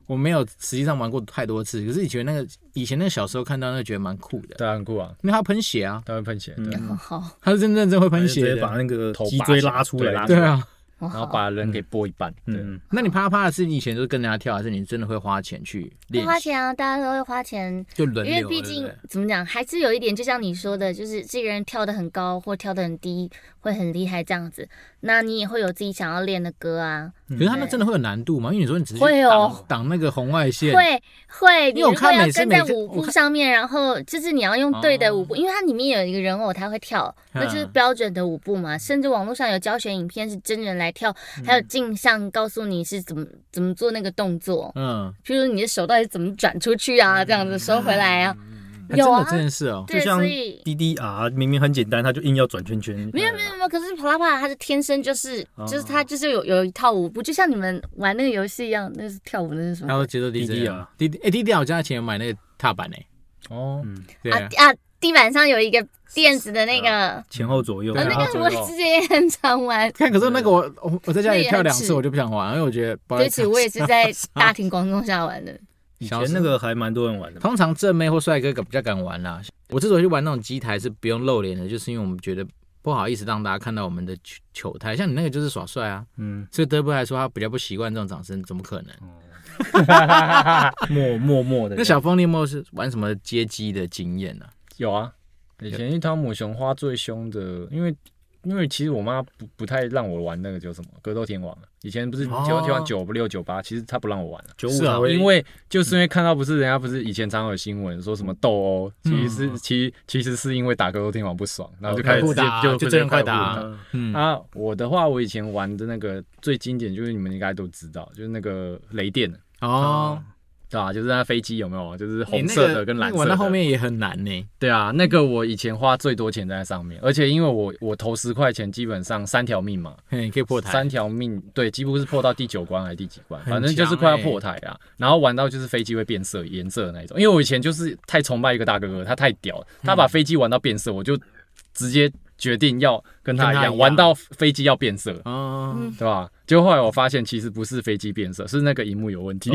Speaker 2: 我没有实际上玩过太多次，可是以前那个以前那个小时候看到那个觉得蛮酷的，
Speaker 4: 对啊，很酷啊，
Speaker 2: 因为它喷血啊，
Speaker 4: 他会喷血，
Speaker 5: 嗯
Speaker 4: 对，
Speaker 3: 好好
Speaker 2: 它是真认真会喷
Speaker 5: 就直
Speaker 2: 血
Speaker 5: 接把
Speaker 2: 的。
Speaker 5: 那个
Speaker 4: 头
Speaker 5: 脊
Speaker 4: 拔
Speaker 5: 椎
Speaker 4: 起来
Speaker 5: 拉出
Speaker 4: 对
Speaker 5: 来
Speaker 4: 拉。
Speaker 2: 对啊，
Speaker 3: 好
Speaker 4: 然后
Speaker 3: 好。
Speaker 4: 把人给拨一半，对，
Speaker 5: 嗯，
Speaker 2: 那你啪啦啪啦是你以前就是跟人家跳，还是你真的会花钱去
Speaker 3: 会
Speaker 2: 练习？
Speaker 3: 花钱啊，大家都会花钱，
Speaker 2: 就轮
Speaker 3: 因
Speaker 2: 流，
Speaker 3: 为毕竟
Speaker 2: 对不对
Speaker 3: 怎么讲，还是有一点，就像你说的，就是这个人跳得很高或跳得很低，会很厉害这样子。那你也会有自己想要练的歌啊，
Speaker 2: 可是他们真的会有难度吗？因为你说你只是
Speaker 3: 会哦
Speaker 2: 挡挡那个红外线，
Speaker 3: 会会，你
Speaker 2: 因为我
Speaker 3: 如果
Speaker 2: 看
Speaker 3: 要
Speaker 2: 每次
Speaker 3: 跟
Speaker 2: 每
Speaker 3: 在
Speaker 2: 次
Speaker 3: 舞
Speaker 2: 我
Speaker 3: 步
Speaker 2: 看哦
Speaker 3: 上面，然后就是你要用对的舞步，因为它里面有一个人偶他会跳，那就是
Speaker 2: 嗯
Speaker 3: 标准的舞步嘛。甚至网络上有教学影片是真人来跳，还
Speaker 2: 嗯
Speaker 3: 有镜像告诉你是怎么怎么做那个动作，
Speaker 2: 嗯，
Speaker 3: 譬如你的手到底怎么转出去啊，这样子收回来啊，
Speaker 2: 嗯还
Speaker 3: 有啊
Speaker 2: 真的这件事哦，
Speaker 3: 对，
Speaker 5: 就像
Speaker 3: 所以。
Speaker 5: DDR 明明很简单，他就硬要转圈圈。
Speaker 3: 没有没有没有，可是普拉帕拉他是天生就是、就是
Speaker 2: 哦
Speaker 3: 他就是有有一套舞步，就像你们玩那个游戏一样，那是跳舞那是什
Speaker 2: 然
Speaker 3: 么
Speaker 2: 后节奏 DJ
Speaker 5: 啊
Speaker 2: 滴滴哎滴滴啊，我家以前有买那个踏板呢，欸
Speaker 4: 哦，
Speaker 2: 对
Speaker 3: 啊
Speaker 2: 啊，
Speaker 3: 啊？地板上有一个垫子的那个，
Speaker 5: 前后左右，
Speaker 4: 对
Speaker 5: 然
Speaker 4: 啊
Speaker 5: 后
Speaker 3: 哦那个我之前也很常玩。
Speaker 2: 看可是那个我我我在家
Speaker 3: 那
Speaker 2: 里
Speaker 3: 也
Speaker 2: 跳
Speaker 3: 很
Speaker 2: 两
Speaker 3: 耻
Speaker 2: 次我就不想玩，因为我觉得不好意
Speaker 3: 对不起，
Speaker 2: 思，
Speaker 3: 我也是在大庭广众下玩的。
Speaker 5: 以
Speaker 2: 小
Speaker 5: 前那个还蛮多人玩的嘛，
Speaker 2: 通常正妹或帅哥比较敢玩啦。我之所以去玩那种机台是不用露脸的，就是因为我们觉得不好意思让大家看到我们的糗糗态。像你那个就是耍帅啊，
Speaker 5: 嗯，
Speaker 2: 所以德布来说他比较不习惯这种掌声，怎么可能？
Speaker 4: 嗯
Speaker 5: 默默默的这样。
Speaker 2: 那小风，你有没有是玩什么街机的经验呢、
Speaker 4: 有啊，以前一汤姆熊花最凶的，因为因为其实我妈不不太让我玩那个叫什么格斗天王啊，以前不是
Speaker 2: 哦
Speaker 4: 天王天王九不六九八，其实她不让我玩了、
Speaker 5: 九
Speaker 2: 是
Speaker 5: 五
Speaker 2: 啊
Speaker 5: 才会，
Speaker 4: 因为就是因为看到不是人家不是以前常有新闻说什么斗殴，
Speaker 2: 嗯
Speaker 4: 其实是其其实是因为打格斗天王不爽，然后就开始
Speaker 2: 互
Speaker 4: 直接
Speaker 2: 打
Speaker 4: 就
Speaker 2: 哦就真人快
Speaker 4: 开
Speaker 2: 打
Speaker 4: 始
Speaker 2: 啊
Speaker 4: 互
Speaker 5: 嗯
Speaker 2: 嗯，
Speaker 4: 啊，我的话，我以前玩的那个最经典就是你们应该都知道，就是那个雷电，
Speaker 2: 哦，
Speaker 4: 对吧、就是那飞机有没有？就是
Speaker 2: 你
Speaker 4: 红
Speaker 2: 那
Speaker 4: 色
Speaker 2: 个
Speaker 4: 的跟蓝
Speaker 2: 那
Speaker 4: 色
Speaker 2: 个
Speaker 4: 的。
Speaker 2: 玩到后面也很难呢、
Speaker 4: 对啊，那个我以前花最多钱在上面，而且因为我我投十块钱，基本上三条命嘛，
Speaker 2: 嘿，你可以破台。
Speaker 4: 三条命，对，几乎是破到第九关还是第几关，
Speaker 2: 很
Speaker 4: 反正就是
Speaker 2: 强
Speaker 4: 快要
Speaker 2: 欸
Speaker 4: 破台啊。然后玩到就是飞机会变色颜色的那一种，因为我以前就是太崇拜一个大哥哥，他太屌了，
Speaker 2: 嗯
Speaker 4: 他把飞机玩到变色，我就直接决定要跟他
Speaker 2: 跟
Speaker 4: 一
Speaker 2: 他
Speaker 4: 样
Speaker 2: 一
Speaker 4: 玩
Speaker 2: 样
Speaker 4: 到飞机要变色。
Speaker 2: 哦，
Speaker 4: 对吧？就后来我发现，其实不是飞机变色，是那个荧幕有问题。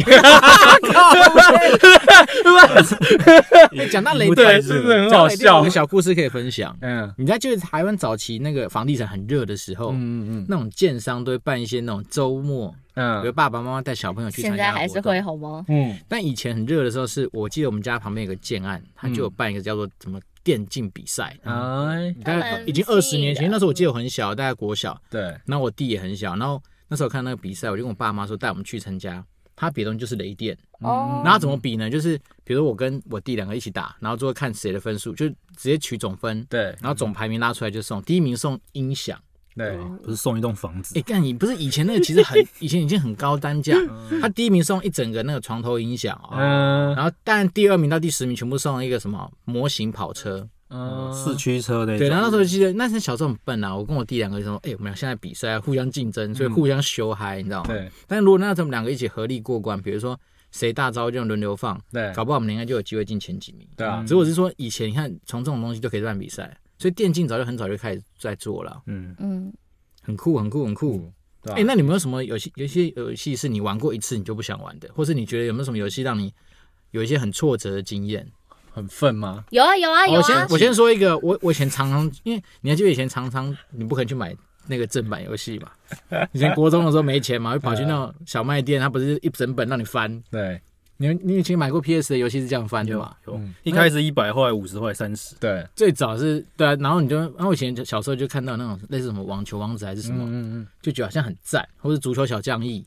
Speaker 2: 哎讲、到雷
Speaker 5: 不
Speaker 2: 电
Speaker 5: 太
Speaker 4: 对，
Speaker 5: 是
Speaker 4: 真的很
Speaker 2: 讲到
Speaker 4: 好
Speaker 2: 雷电
Speaker 4: 笑
Speaker 2: 有个。小故事可以分享。
Speaker 4: 嗯
Speaker 2: 你在就是台湾早期那个房地产很热的时候，
Speaker 4: 嗯嗯
Speaker 2: 那种建商都会办一些那种周末，比如
Speaker 4: 嗯
Speaker 2: 爸爸妈妈带小朋友去参
Speaker 3: 现
Speaker 2: 加
Speaker 3: 在
Speaker 2: 的
Speaker 3: 还
Speaker 2: 活
Speaker 3: 是
Speaker 2: 动
Speaker 3: 会。好吗？
Speaker 4: 嗯
Speaker 2: 但以前很热的时候是，我记得我们家旁边有个建案，他就有办一个叫做什么电竞比赛，啊，
Speaker 4: 嗯，哎，
Speaker 2: 大概
Speaker 3: 蛮
Speaker 2: 已经二十
Speaker 3: 新颖
Speaker 2: 年前，因为
Speaker 3: 的
Speaker 2: 那时候我记得我很小，大概国小，
Speaker 4: 对，
Speaker 2: 然后我弟也很小，然后那时候看那个比赛，我就跟我爸妈说带我们去参加。他比的东西就是雷电，
Speaker 3: 哦
Speaker 2: 嗯然后怎么比呢？就是比如我跟我弟两个一起打，然后最后看谁的分数，就直接取总分，
Speaker 4: 对
Speaker 2: 然后总排名拉出来就送，第一名送音响。
Speaker 4: 对，
Speaker 5: 不是送一栋房
Speaker 2: 哎、
Speaker 5: 子，
Speaker 2: 干你不是以前那个其实很，以前已经很高单价，他第一名送一整个那个床头音响啊、
Speaker 4: 嗯
Speaker 5: 呃
Speaker 2: 然后但第二名到第十名全部送了一个什么模型跑车，
Speaker 4: 嗯，
Speaker 5: 四驱车那
Speaker 2: 对，然后那
Speaker 5: 种，
Speaker 2: 时候记得那时候小时候很笨啊，我跟我弟两个人说，哎、我们俩现在比赛互相竞争，所以互相修嗨，你知道吗？。
Speaker 4: 对
Speaker 2: 但如果那时候我们两个一起合力过关，比如说谁大招就轮流放，
Speaker 4: 对
Speaker 2: 搞不嗯好我们应该就有机会进前几名。
Speaker 4: 对啊
Speaker 2: 只，是我是说以前你看从这种东西就可以办比赛，所以电竞早就很早就开始在做了，
Speaker 5: 嗯，
Speaker 3: 嗯，
Speaker 2: 很酷很酷很酷。
Speaker 4: 对啊
Speaker 2: 哎、那你有没有什么游戏？有一些游戏是你玩过一次你就不想玩的，或是你觉得有没有什么游戏让你有一些很挫折的经验？
Speaker 4: 很愤吗？
Speaker 3: 有啊有啊有
Speaker 2: 哦我先
Speaker 3: 啊，
Speaker 2: 我先说一个，我我以前常常，因为你还记得以前常常你不肯去买那个正版游戏嘛？以前国中的时候没钱嘛，会跑去那种小卖店，它不是一整本让你翻？
Speaker 4: 对
Speaker 2: 你你以前买过 PS 的游戏是这样翻的嘛？
Speaker 5: 有，一开始一百，后来五十，后来三十，
Speaker 4: 对，
Speaker 2: 最早是对啊，然后你就，然后以前小时候就看到那种类似什么网球王子还是什么，
Speaker 4: 嗯嗯
Speaker 2: 就觉得好像很赞，或是足球小将翼，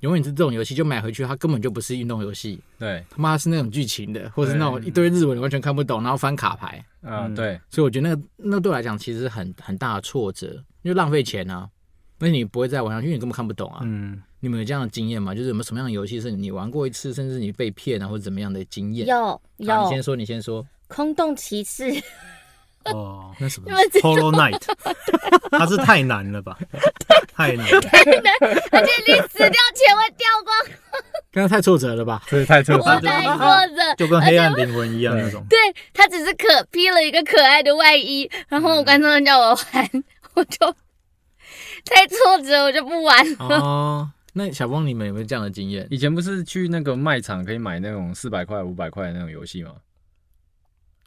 Speaker 2: 永远是这种游戏，就买回去它根本就不是运动游戏，
Speaker 4: 对
Speaker 2: 他妈是那种剧情的，或是那种一堆日文你完全看不懂，然后翻卡牌，
Speaker 4: 啊
Speaker 5: 嗯
Speaker 4: 对，
Speaker 2: 所以我觉得那个那对我来讲其实是很很大的挫折，因为浪费钱啊，那你不会再玩下去，因为你根本看不懂啊。
Speaker 5: 嗯，
Speaker 2: 你们有这样的经验吗？就是有没有什么样的游戏是你玩过一次，甚至你被骗啊，或者怎么样的经验？
Speaker 3: 有
Speaker 2: 好你
Speaker 3: 有
Speaker 2: 先说，你先说，
Speaker 3: 空洞骑士，
Speaker 5: 哦
Speaker 2: 那什么
Speaker 3: 因？为 这
Speaker 5: ，Polo Night，它是太难了吧？太难了，
Speaker 3: 而且你 死掉前会掉光
Speaker 2: 刚刚太挫折了吧？
Speaker 4: 这太 扯
Speaker 3: 我的坐着，
Speaker 5: 就跟黑暗灵魂一样那种。
Speaker 3: 对他只是可披了一个可爱的外衣，然
Speaker 2: 嗯
Speaker 3: 后观众叫我玩，我就 太挫折，我就不玩了。
Speaker 2: 哦，那小峰你们有没有这样的经验？
Speaker 4: 以前不是去那个卖场可以买那种四百块、五百块的那种游戏吗？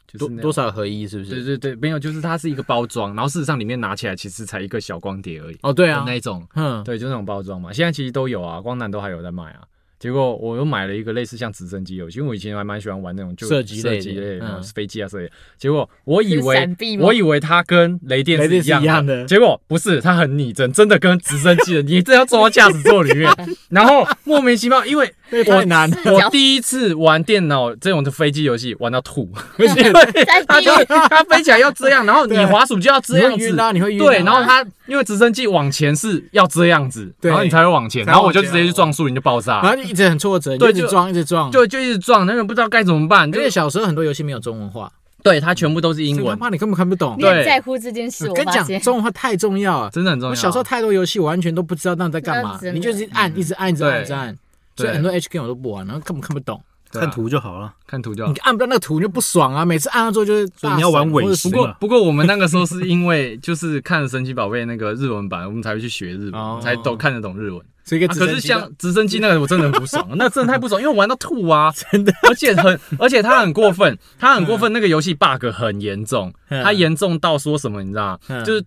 Speaker 4: 就是
Speaker 2: 多
Speaker 4: 那种
Speaker 2: 多少合一是不是？
Speaker 4: 对对对，没有，就是它是一个包装，然后事实上里面拿起来其实才一个小光碟而已。
Speaker 2: 哦，对啊
Speaker 4: 那，一种，
Speaker 2: 嗯，
Speaker 4: 对，就那种包装嘛。现在其实都有啊，光南都还有在卖啊。结果我又买了一个类似像直升机游戏，因为我以前还蛮喜欢玩那种就
Speaker 2: 射击类
Speaker 4: 射
Speaker 2: 的
Speaker 4: 击类的、
Speaker 2: 嗯
Speaker 4: 飞机啊之类的。结果我以
Speaker 3: 是
Speaker 4: 为
Speaker 3: 闪避吗
Speaker 4: 我以为它跟雷电
Speaker 2: 雷
Speaker 4: 是
Speaker 2: 电
Speaker 4: 一样
Speaker 2: 是一样的
Speaker 4: 结果不是，它很拟真，真的跟直升机的，你这要坐到驾驶座 里面，然后莫名其妙，因为
Speaker 2: 那个太难了，
Speaker 4: 我第一次玩电脑这种的飞机游戏玩到吐，
Speaker 3: 三
Speaker 4: 它
Speaker 2: 啊
Speaker 3: D
Speaker 4: 就它飞起来要这样，然后你
Speaker 2: 对
Speaker 4: 滑鼠就要这
Speaker 2: 你
Speaker 4: 样
Speaker 2: 会
Speaker 4: 子
Speaker 2: 晕，啊，你会晕啊。
Speaker 4: 对，然后它因为直升机往前是要这样子，
Speaker 2: 对
Speaker 4: 然后你才会往前，
Speaker 2: 才
Speaker 4: 然后我就
Speaker 2: 往
Speaker 4: 直
Speaker 2: 前哦
Speaker 4: 接去撞树林就爆
Speaker 2: 啊然
Speaker 4: 炸，
Speaker 2: 后就一直很挫折，
Speaker 4: 对
Speaker 2: 你就一
Speaker 4: 就
Speaker 2: 直撞，一直撞。
Speaker 4: 就就一直撞，那个不知道该怎么办，
Speaker 2: 因
Speaker 4: 就
Speaker 2: 为
Speaker 4: 是
Speaker 2: 小时候很多游戏没有中文化，
Speaker 4: 对它全部都是英
Speaker 2: 所以他
Speaker 4: 文，
Speaker 2: 怕你根本看不懂
Speaker 3: 你。很
Speaker 4: 对
Speaker 3: 在乎这件事，
Speaker 2: 我
Speaker 3: 我
Speaker 2: 跟你
Speaker 3: 发
Speaker 2: 讲，
Speaker 3: 现。
Speaker 2: 中文化太重要了。啊
Speaker 4: 真的很重要。啊
Speaker 2: 我小时候太多游戏，我完全都不知道那在干嘛
Speaker 3: 那，真的
Speaker 2: 你就是按，一直按，一直按，一直按。
Speaker 4: 嗯对
Speaker 2: 所以很多 H K 我都不玩，然后根本看不懂。
Speaker 4: 对啊
Speaker 5: 看图就好了，
Speaker 4: 看图就好
Speaker 2: 你。按不到那个图你就不爽啊！每次按到之后就是大神，
Speaker 5: 所以你要玩尾
Speaker 2: 或者
Speaker 5: 行
Speaker 4: 不过
Speaker 5: 啊，
Speaker 4: 不过我们那个时候是因为就是看《神奇宝贝》那个日文版，我们才会去学日
Speaker 2: 哦
Speaker 4: 文，才懂看得懂日文。
Speaker 2: 所以一个
Speaker 4: 啊
Speaker 2: 直
Speaker 4: 可
Speaker 2: 升
Speaker 4: 是
Speaker 2: 机
Speaker 4: 像直升机那个，我真的很不 爽，那真的太不爽，因为玩到吐啊，
Speaker 2: 真的
Speaker 4: 而且很，而且他很过分，他很过分，那个游戏 bug 很严重，
Speaker 2: 嗯
Speaker 4: 他严重到说什么，你知道
Speaker 2: 嗯
Speaker 4: 吗？就是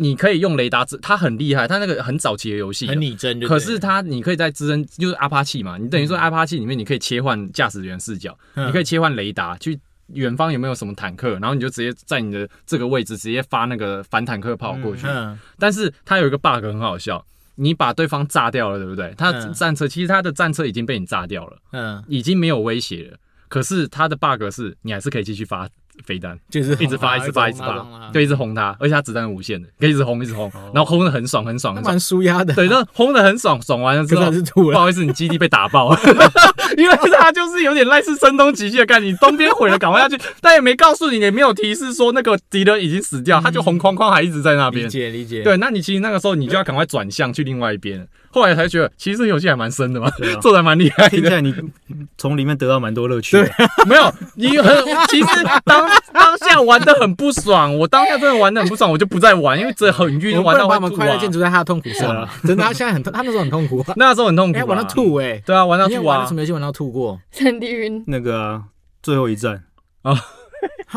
Speaker 4: 你可以用雷达知，他很厉害，他那个很早期的游戏了，
Speaker 2: 很拟真就对了，嗯
Speaker 4: 可是它，你可以在直升就是阿帕奇嘛，你等于说阿帕奇里面你可以切换驾驶员视角，
Speaker 2: 嗯
Speaker 4: 你可以切换雷达去远方有没有什么坦克，然后你就直接在你的这个位置直接发那个反坦克炮过去。
Speaker 2: 嗯
Speaker 4: 但是它有一个 bug 很好笑，你把对方炸掉了，对不对？他
Speaker 2: 嗯
Speaker 4: 战车其实他的战车已经被你炸掉了，
Speaker 2: 嗯，
Speaker 4: 已经没有威胁了。可是它的 bug 是你还是可以继续发飞弹，
Speaker 2: 就是
Speaker 4: 一直发，一直发，一直发，对，一直轰它，而且它子弹无限的，可以一直轰，一直轰，然后轰的很爽，很爽，
Speaker 2: 那
Speaker 4: 很爽
Speaker 2: 蛮。舒压的，
Speaker 4: 对，那轰的很爽，爽完了之
Speaker 2: 可是
Speaker 4: 后
Speaker 2: 还是 吐
Speaker 4: 不
Speaker 2: 了，
Speaker 4: 好意思，你基地被打 爆，因为他就是有点类似声东击西的概念。你东边毁了，赶快下去，但也没告诉你，也没有提示说那个敌人已经死掉，他就红框框还一直在那
Speaker 2: 理
Speaker 4: 边。
Speaker 2: 解理解，
Speaker 4: 对，那你其实那个时候你就要赶快转向去另外一边。后来才觉得，其实这游戏还蛮深的嘛
Speaker 5: 对啊，
Speaker 4: 做的蛮厉害
Speaker 5: 听起
Speaker 4: 的。
Speaker 5: 来你从里面得到蛮多乐趣的。
Speaker 4: 没有，你很其实当当下玩的很不爽，我当下真的玩的很不爽，我就不再玩，因为这很
Speaker 2: 我
Speaker 4: 晕，
Speaker 2: 们
Speaker 4: 玩
Speaker 2: 不
Speaker 4: 到
Speaker 2: 能把
Speaker 4: 会
Speaker 2: 我们
Speaker 4: 吐
Speaker 2: 快乐建
Speaker 4: 啊。
Speaker 2: 筑在他的痛苦上
Speaker 5: 对
Speaker 2: 嘛，真的，啊他现在很痛，他那时候很痛苦啊，
Speaker 4: 那时候很痛苦
Speaker 2: 哎，
Speaker 4: 啊，
Speaker 2: 玩到吐哎，
Speaker 4: 对啊，玩到
Speaker 2: 你有
Speaker 4: 吐
Speaker 2: 玩到
Speaker 4: 啊
Speaker 2: 什。么游戏玩到吐过？
Speaker 3: 三 D 晕，
Speaker 5: 那个啊，最后一战，因为它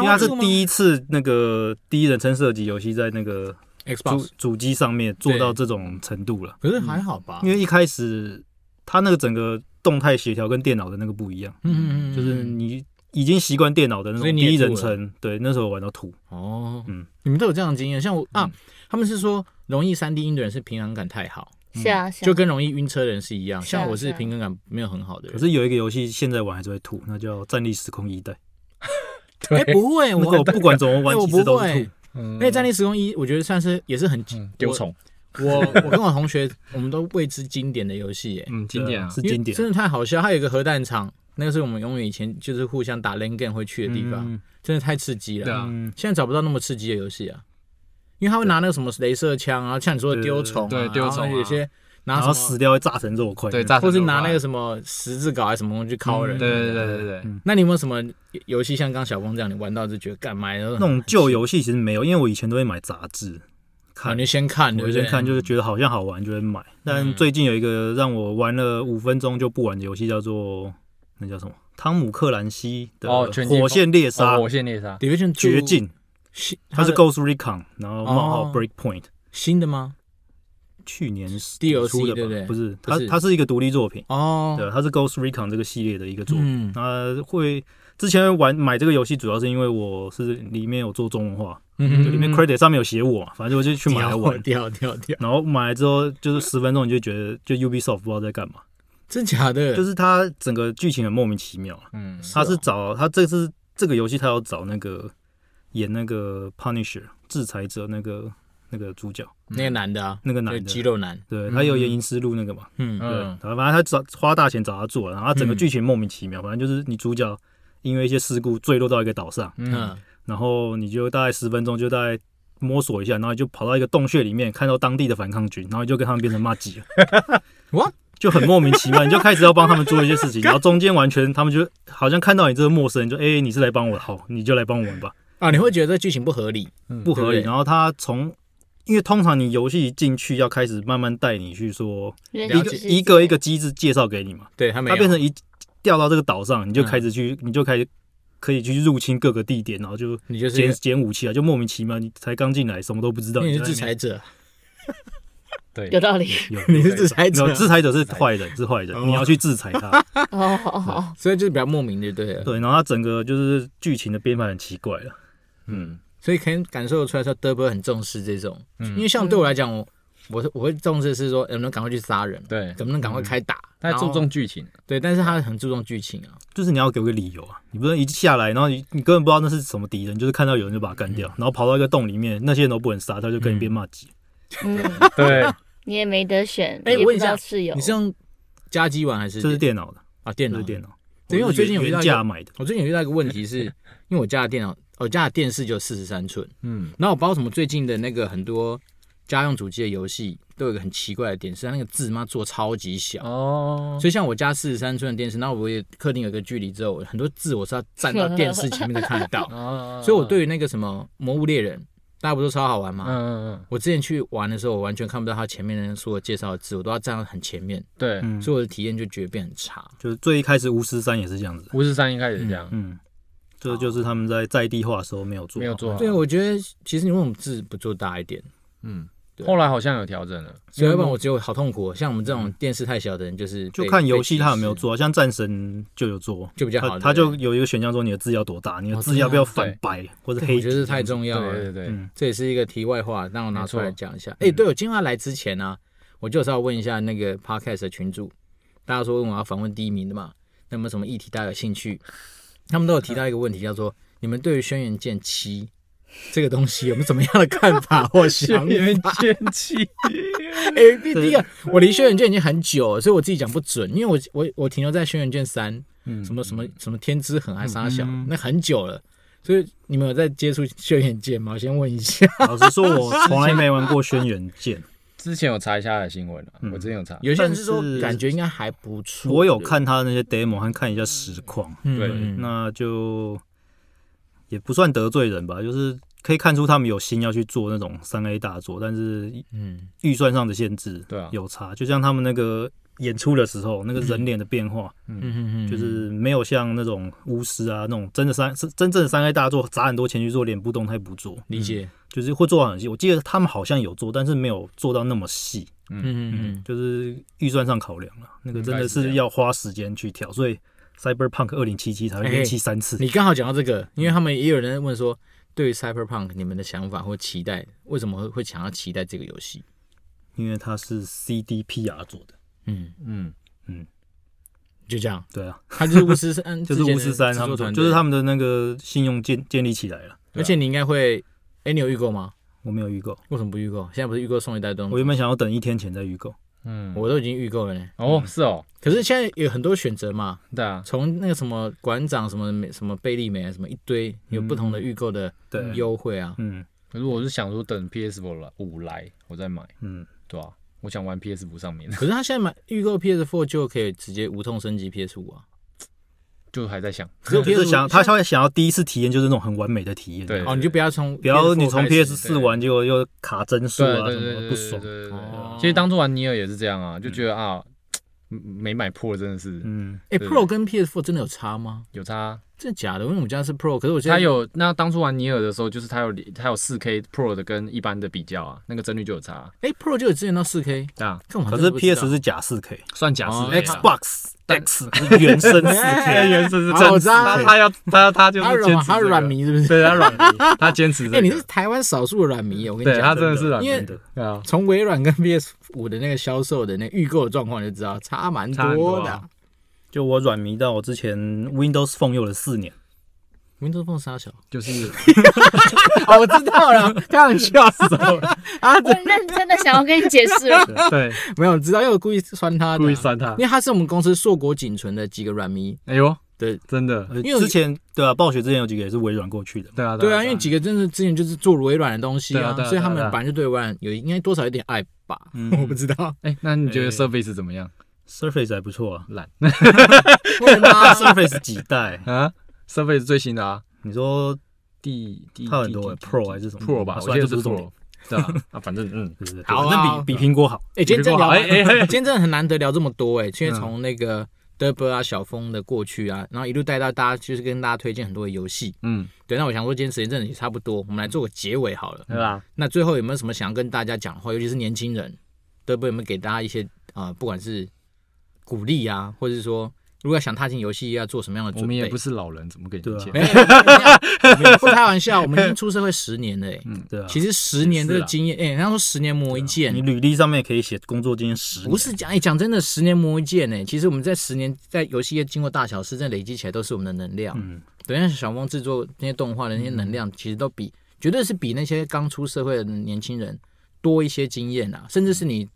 Speaker 2: 他
Speaker 5: 是
Speaker 2: 一
Speaker 5: 第一次那个第一人称射击游戏在那个主
Speaker 2: Xbox，
Speaker 5: 主机上面做到这种程度了。
Speaker 2: 可是还好吧
Speaker 5: 因，为一开始它那个整个动态协调跟电脑的那个不一样，
Speaker 2: 嗯嗯嗯，
Speaker 5: 就是你已经习惯电脑的那
Speaker 2: 所以
Speaker 5: 种
Speaker 2: 你也
Speaker 5: 第一人
Speaker 2: 吐了
Speaker 5: 称，对，那时候玩到吐。
Speaker 2: 哦，嗯
Speaker 5: 嗯，
Speaker 2: 你们都有这样的经验，像我啊
Speaker 4: 嗯，
Speaker 2: 他们是说容易三 D 晕的人是平衡感太好，
Speaker 3: 是啊是
Speaker 2: 嗯
Speaker 3: 啊，
Speaker 2: 就跟容易晕车的人是一样，
Speaker 3: 是啊
Speaker 2: 像我是
Speaker 3: 是啊
Speaker 2: 平衡感没有很好的人，
Speaker 5: 可是有一个游戏现在玩还是会吐，那叫《战力时空一代》，
Speaker 2: 哎不会，
Speaker 5: 那个
Speaker 2: 我
Speaker 5: 我不管怎么玩
Speaker 2: 哎我
Speaker 5: 几
Speaker 2: 不
Speaker 5: 次都是
Speaker 2: 会
Speaker 5: 吐。，啊
Speaker 4: 嗯
Speaker 2: 因为战力时空一，我觉得算是也是很
Speaker 4: 嗯丢宠，
Speaker 2: 我我跟我同学，我们都为之经典的游戏耶，
Speaker 4: 嗯，经典啊
Speaker 5: 对，是
Speaker 2: 因为
Speaker 5: 经典
Speaker 2: 真的太好笑。还有一个核弹场，那个是我们永远以前就是互相打 l a n g a m 会去的地方，
Speaker 5: 嗯
Speaker 2: 真的太刺激了。
Speaker 4: 对啊
Speaker 5: 嗯，
Speaker 2: 现在找不到那么刺激的游戏啊，因为他会拿那个什么镭射枪啊，像你说的丢虫啊，
Speaker 4: 对丢虫啊
Speaker 2: 然后有些拿
Speaker 5: 然
Speaker 2: 什么
Speaker 5: 后死，掉会炸成肉块，
Speaker 4: 对，炸成
Speaker 2: 或是
Speaker 4: 肉
Speaker 2: 拿
Speaker 4: 块
Speaker 2: 那个什么十字镐还是啊什么东西去敲
Speaker 5: 嗯
Speaker 2: 人。
Speaker 4: 对对对对对，
Speaker 2: 那你有没有什么游戏像刚小峰这样，你玩到就觉得干嘛？那
Speaker 5: 那种旧游戏其实没有，因为我以前都会买杂志
Speaker 2: 啊，
Speaker 5: 看
Speaker 2: 你，就先看，对
Speaker 5: 我
Speaker 2: 不
Speaker 5: 先
Speaker 2: 对？
Speaker 5: 看就是觉得好像好玩就会买。但最近有一个让我玩了五分钟就不玩的游戏，叫做那叫什么？汤姆克兰西的
Speaker 4: 哦
Speaker 5: 《
Speaker 4: 拳击
Speaker 5: 火线猎杀
Speaker 4: 哦》火线猎杀，
Speaker 2: Division
Speaker 5: 绝
Speaker 2: Two
Speaker 5: 境，
Speaker 2: 新，
Speaker 5: 它是
Speaker 2: 的
Speaker 5: Ghost Recon，然后冒号
Speaker 2: 哦
Speaker 5: Breakpoint。
Speaker 2: 新的吗？
Speaker 5: 去年
Speaker 2: DLC
Speaker 5: 出的
Speaker 2: 对不对
Speaker 5: 吧？不是，
Speaker 2: 不
Speaker 5: 它
Speaker 2: 是
Speaker 5: 它是一个独立作品，
Speaker 2: 哦，
Speaker 5: 对，它是 Ghost Recon 这个系列的一个作
Speaker 2: 嗯
Speaker 5: 品。那会之前玩买这个游戏，主要是因为我是里面有做中文化，
Speaker 2: 嗯
Speaker 5: 就里面 credit 上面有写我嘛，反正我就去 买来玩。
Speaker 2: 掉掉掉，
Speaker 5: 然后买了之后，就是十分钟你就觉得，就 Ubisoft 不知道在干嘛，
Speaker 2: 真假的？
Speaker 5: 就是它整个剧情很莫名其妙啊。
Speaker 4: 嗯，
Speaker 5: 它是
Speaker 2: 哦
Speaker 5: 找它这次这个游戏，它要找那个演那个 Punisher 制裁者那个那个主角，
Speaker 2: 那个男的啊，
Speaker 5: 那个男
Speaker 2: 那
Speaker 5: 的
Speaker 2: 个肌肉男，
Speaker 5: 对他有演《银丝路》那个嘛，
Speaker 2: 嗯，
Speaker 5: 对，
Speaker 4: 嗯
Speaker 5: 然后反正他找花大钱找他做，然后他整个
Speaker 2: 嗯
Speaker 5: 剧情莫名其妙，反正就是你主角因为一些事故坠落到一个岛上，
Speaker 4: 嗯
Speaker 2: 嗯，
Speaker 5: 然后你就大概十分钟就大概摸索一下，然后你就跑到一个洞穴里面，看到当地的反抗军，然后你就跟他们变成骂鸡了
Speaker 2: What？
Speaker 5: 就很莫名其妙，你就开始要帮他们做一些 事情，然后中间完全他们就好像看到你这个陌生人，就哎、你是来帮我的，好你就来帮我们吧，
Speaker 2: 啊，你会觉得这剧情不合理，
Speaker 5: 不合理。
Speaker 2: 对
Speaker 5: 然后他从因为通常你游戏一进去要开始慢慢带你去说
Speaker 3: 一
Speaker 2: 了
Speaker 5: 一
Speaker 2: 解
Speaker 5: 个一个一个机制介绍给你嘛，
Speaker 2: 对他没
Speaker 5: 它
Speaker 2: 有嗯
Speaker 5: 变成一掉到这个岛上，你就开始去，你就开始可以去入侵各个地点，然后就
Speaker 2: 你就是
Speaker 5: 捡捡武器啊，就莫名其妙，你才刚进来，什么都不知道，
Speaker 2: 因为你是
Speaker 5: 就
Speaker 2: 制
Speaker 5: 在那
Speaker 2: 裁者，
Speaker 4: 对
Speaker 3: 有，道理
Speaker 5: 边有
Speaker 2: 你是制裁
Speaker 5: 没
Speaker 2: 者
Speaker 5: 有，制裁者是坏人，是坏
Speaker 2: 哦
Speaker 5: 人，你要去制裁 他。
Speaker 3: 哦哦
Speaker 2: 所以就是比较莫名的，对了，
Speaker 5: 对，然后他整个就是剧情的编排很奇怪啊了，
Speaker 4: 嗯，
Speaker 2: 所以可以感受得出来说德伯很重视这种，因为像对我来讲，我我我会重视是说能不能赶快去杀人，
Speaker 4: 对，嗯
Speaker 2: 能不能赶快开打，
Speaker 4: 他
Speaker 2: 然后
Speaker 4: 注重剧情，
Speaker 2: 对，但是他很注重剧情啊，
Speaker 5: 就是你要给我个理由啊，你不能一下来，然后你你根本不知道那是什么敌人，就是看到有人就把他干
Speaker 2: 嗯
Speaker 5: 掉，然后跑到一个洞里面，那些人都不能杀，他就跟你变骂街。
Speaker 3: 哦，嗯，
Speaker 4: 对，
Speaker 3: 你也没得选，
Speaker 2: 哎
Speaker 3: 也不
Speaker 2: 问一
Speaker 3: 知
Speaker 2: 下
Speaker 3: 道室友
Speaker 2: 你，是用加机玩还是
Speaker 5: 这是电脑的，
Speaker 2: 啊电
Speaker 5: 这
Speaker 2: 脑
Speaker 5: 是？电脑。
Speaker 2: 对因为我最近有遇
Speaker 5: 原
Speaker 2: 到一个
Speaker 5: 价买的，
Speaker 2: 我最近有遇到一个问题是，因为我家的电脑，哦我家的电视就四十三寸，
Speaker 4: 嗯，
Speaker 2: 然后我不知道为什么最近的那个很多家用主机的游戏都有一个很奇怪的点，是它那个字妈做超级小。
Speaker 4: 哦，。
Speaker 2: 所以像我家四十三寸的电视，那我也客厅有个距离之后， 很多字我是要站到电视前面才看得到
Speaker 5: 嗯
Speaker 4: 哦
Speaker 2: 所以我对于那个什么《魔物猎人》大家不都超好玩
Speaker 4: 嗯
Speaker 2: 吗？
Speaker 4: 嗯嗯，
Speaker 2: 我之前去玩的时候，我完全看不到它前面的人所有介绍的字，我都要站到很前面，
Speaker 4: 对，
Speaker 5: 嗯，
Speaker 2: 所以我的体验就觉得变很差。
Speaker 5: 就是最一开始巫师三也是这样子，
Speaker 4: 五十三一开始是这样，
Speaker 5: 嗯，这就是他们在在地化的时候没有做好，
Speaker 4: 没有做好
Speaker 2: 对，啊我觉得其实你为什么字不做大一点？
Speaker 4: 嗯，
Speaker 2: 对
Speaker 4: 后来好像有调整了，
Speaker 2: 所以要不然我只有好痛苦哦。像我们这种电视太小的人，就是
Speaker 5: 嗯就
Speaker 2: 被
Speaker 5: 看游戏他有没有，
Speaker 2: 被
Speaker 5: 做，像战神就有做，
Speaker 2: 就比较好
Speaker 5: 他
Speaker 2: 对
Speaker 5: 他就有一个选项说你的字要多大，你的
Speaker 2: 哦
Speaker 5: 字
Speaker 2: 对啊
Speaker 5: 要不要反白或者
Speaker 2: 歧视
Speaker 5: 黑，
Speaker 2: 我觉得这太，重要
Speaker 4: 对
Speaker 2: 了。
Speaker 4: 对对，
Speaker 5: 嗯，
Speaker 2: 这也是一个题外话，让我拿出来
Speaker 4: 没错嗯
Speaker 2: 讲一下。哎，对，我今天要来之前呢，我就是要问一下那个 podcast 的群主，大家说问我要访问第一名的嘛，那有没有什么议题大家有 兴趣？他们都有提到一个问题，叫做你们对于《轩辕剑七》这个东西有没有什么样的看法或想 法？
Speaker 4: 剑 气，
Speaker 2: 哎，第第一个，我离《轩辕剑》已经很久了，所以我自己讲不准，因为我我我停留在《轩辕剑三》
Speaker 5: 嗯
Speaker 2: 什么什么什么天之痕还是啥小，
Speaker 5: 嗯
Speaker 2: 那很久了。所以你们有在接触《轩辕剑》吗？我先问一 下，
Speaker 5: 老实说， 我从来没玩过《轩辕剑
Speaker 4: 之前有查一下他的新闻啊，
Speaker 5: 嗯
Speaker 4: 我之前有查，
Speaker 2: 有些人是说
Speaker 5: 但是
Speaker 2: 感觉应该还不》，错。
Speaker 5: 我有，看他的那些 demo 和看一下实况，
Speaker 2: 嗯
Speaker 4: 对
Speaker 2: 嗯
Speaker 5: 那就也不算得罪人吧，就是可以看出他们有心要去做那种三 A 大作，但是
Speaker 2: 嗯，
Speaker 5: 预算上的限制，
Speaker 4: 对啊
Speaker 5: 有差。就像他们那个演出的时候，那个人脸的变化，
Speaker 2: 嗯嗯
Speaker 5: 就是没有像那种巫师啊那种真的三是真正的三 A 大作，砸很多钱去做，脸部动态不做，
Speaker 2: 嗯理解，
Speaker 5: 就是会做到很细。我记得他们好像有做，但是没有做到那么细，
Speaker 2: 嗯嗯
Speaker 5: 就是预算上考量了、那个真的是要花时间去调，所以 Cyberpunk 二零七七才会连
Speaker 2: 哎
Speaker 5: 续三次。
Speaker 2: 你刚好讲到这个，因为他们也有人问说，对于 Cyberpunk 你们的想法或期待，为什么会会想要期待这个游戏？
Speaker 5: 因为它是 CDPR 做的，
Speaker 2: 嗯，
Speaker 4: 嗯，
Speaker 2: 就这样，
Speaker 5: 对啊，
Speaker 2: 他就是巫师三，
Speaker 5: 就是巫师三啊
Speaker 2: 之前的制作
Speaker 5: 他们做
Speaker 2: 团队
Speaker 5: 就是他们的那个信用建建立起来了。
Speaker 4: 对啊
Speaker 2: 而且你应该会，哎，你有预购吗？
Speaker 5: 我没有预购，
Speaker 2: 为什么不预购？现在不是预购送一袋东
Speaker 5: 我
Speaker 2: 西，
Speaker 5: 原本想要等一天前再预购，
Speaker 4: 嗯，
Speaker 2: 我都已经预购了呢。
Speaker 4: 哦是哦，
Speaker 2: 可是现在有很多选择嘛，
Speaker 4: 对啊，
Speaker 2: 从那个什么馆长什么美什么贝利美啊什么一堆，有不同的预购的
Speaker 5: 对，
Speaker 2: 优惠啊。
Speaker 5: 嗯
Speaker 4: 可是我是想说等 PS 五来五来我再买，
Speaker 5: 嗯，
Speaker 4: 对啊，我想玩 PS 五上面 的，
Speaker 2: 可是他现在买预购 PS4 就可以直接无痛升级 PS5 啊。
Speaker 4: 就还在想，
Speaker 2: 只有
Speaker 5: 就
Speaker 2: PS
Speaker 5: 是想他会想要第一次体验就是那种很完美的体验，
Speaker 4: 对
Speaker 2: 哦，你就不要从
Speaker 5: 不要你从
Speaker 2: PS4
Speaker 5: PS 四玩就又卡帧数
Speaker 4: 对
Speaker 5: 啊
Speaker 4: 对
Speaker 5: 什
Speaker 4: 对
Speaker 5: 么
Speaker 4: 对，
Speaker 5: 不爽，啊
Speaker 4: 对对对对
Speaker 2: 哦
Speaker 4: 其实当初玩尼尔也是这样啊，就觉得啊，嗯没买破真的是
Speaker 5: 嗯，
Speaker 2: 哎
Speaker 4: 对
Speaker 2: Pro 跟 PS4 真的有差吗？
Speaker 4: 有差啊。
Speaker 2: 真的假的？因为我们家是 Pro，可是我现在
Speaker 4: 它有那当初玩尼尔的时候，就是它有它有四 K Pro 的跟一般的比较啊，那个帧率就有差啊，
Speaker 2: 哎 Pro 就有支援到 4K，
Speaker 4: 对啊，
Speaker 2: 干嘛？
Speaker 5: 可是 PS
Speaker 2: 是
Speaker 5: 是假四 K。
Speaker 4: 算假
Speaker 2: 哦
Speaker 4: 4 X
Speaker 5: Xbox
Speaker 4: 但
Speaker 5: X 是原生四
Speaker 2: 哎
Speaker 5: K，
Speaker 4: 原生是
Speaker 2: 好
Speaker 4: 真
Speaker 2: 我
Speaker 4: 的
Speaker 2: 知道
Speaker 4: 他他要他他就
Speaker 2: 他
Speaker 4: 是
Speaker 2: 软
Speaker 4: 坚
Speaker 2: 嘛
Speaker 4: 持
Speaker 2: 他
Speaker 4: 这个
Speaker 2: 软，迷是不 是？
Speaker 4: 对他软迷，他坚持这个。
Speaker 2: 哎，你是台湾少数的软迷，我跟你
Speaker 4: 对
Speaker 2: 讲
Speaker 4: 他。真的是软迷
Speaker 2: 因为
Speaker 5: 真的
Speaker 4: 对啊，
Speaker 2: 从微软跟 PS 五的那个销售的那预购的状况就知道，差蛮
Speaker 4: 差很多
Speaker 2: 多的
Speaker 4: 啊
Speaker 2: 啊。
Speaker 5: 就我软迷到我之前 Windows Phone 用了四年，
Speaker 2: Windows Phone 杀小，
Speaker 4: 就是
Speaker 2: 哦，我知道了，开玩笑死了啊！
Speaker 3: 我很认真的想要跟你解释了，
Speaker 4: 对
Speaker 2: 没有，知道，因为我故意酸他的啊，
Speaker 4: 故意删他
Speaker 2: 因。为他是我们公司硕果仅存的啊几个软迷。
Speaker 4: 哎呦，
Speaker 2: 对
Speaker 4: 真的，
Speaker 5: 呃
Speaker 2: 因为
Speaker 5: 之前对啊，暴雪之前有几个也是微软过去的，
Speaker 4: 对啊，
Speaker 2: 对啊，因为几个真的之前就是做微软的东西
Speaker 4: 对啊对啊
Speaker 2: 所以他
Speaker 4: 对啊对
Speaker 2: 们
Speaker 4: 啊
Speaker 2: 本来就对微软有应该多少有点爱吧。
Speaker 5: 嗯
Speaker 2: 我不知道，
Speaker 4: 哎，那你觉得
Speaker 5: 哎
Speaker 4: Surface 怎么样？
Speaker 5: Surface 还不错啊
Speaker 4: 懒
Speaker 2: 会吗
Speaker 5: ，Surface 几代？
Speaker 4: 啊？Surface 最新的啊，
Speaker 5: 你说
Speaker 4: 第第
Speaker 5: 它很
Speaker 4: 第
Speaker 5: 多
Speaker 4: 第
Speaker 5: 欸 Pro 还是什么
Speaker 4: Pro 吧
Speaker 5: 啊，
Speaker 4: 我记得
Speaker 5: 算
Speaker 4: 是
Speaker 5: 了这不是
Speaker 4: Pro，对啊， 啊，反正嗯，
Speaker 5: 对对，
Speaker 2: 好啊
Speaker 5: 那比比苹果好，
Speaker 2: 哎，今天真的聊，
Speaker 4: 哎哎哎嗯
Speaker 2: 今天真的很难得聊这么多哎，因为从那个德伯啊、小峰的过去啊，然后一路带到大家，就是跟大家推荐很多的游戏。
Speaker 4: 嗯，
Speaker 2: 对，那我想说今天时间真的也差不多，我们来做个结尾好了。
Speaker 4: 对吧？
Speaker 2: 那最后有没有什么想要跟大家讲的话，尤其是年轻人，德伯有没有给大家一些啊、呃不管是鼓励啊，或者是说如果要想踏进游戏要做什么样的
Speaker 4: 嗯我
Speaker 2: 准
Speaker 4: 们
Speaker 2: 备？
Speaker 4: 也不是老人，怎么给你
Speaker 5: 对啊
Speaker 4: 见
Speaker 2: 没？有，没有没有不开玩笑，我们已经出社会十年了哎。
Speaker 4: 嗯
Speaker 5: 对啊。
Speaker 2: 其实十年这个经验，哎、人家说十年磨一剑
Speaker 5: 你，履历上面可以写工作经验十年，
Speaker 2: 不是讲哎讲真的，十年磨一剑呢。其实我们在十年在游戏业经过大小事，真的累积起来都是我们的能量。
Speaker 5: 嗯，
Speaker 2: 等一下小峰制作那些动画的那些能量，其实都比绝对是比那些刚出社会的年轻人多一些经验啊，甚至是你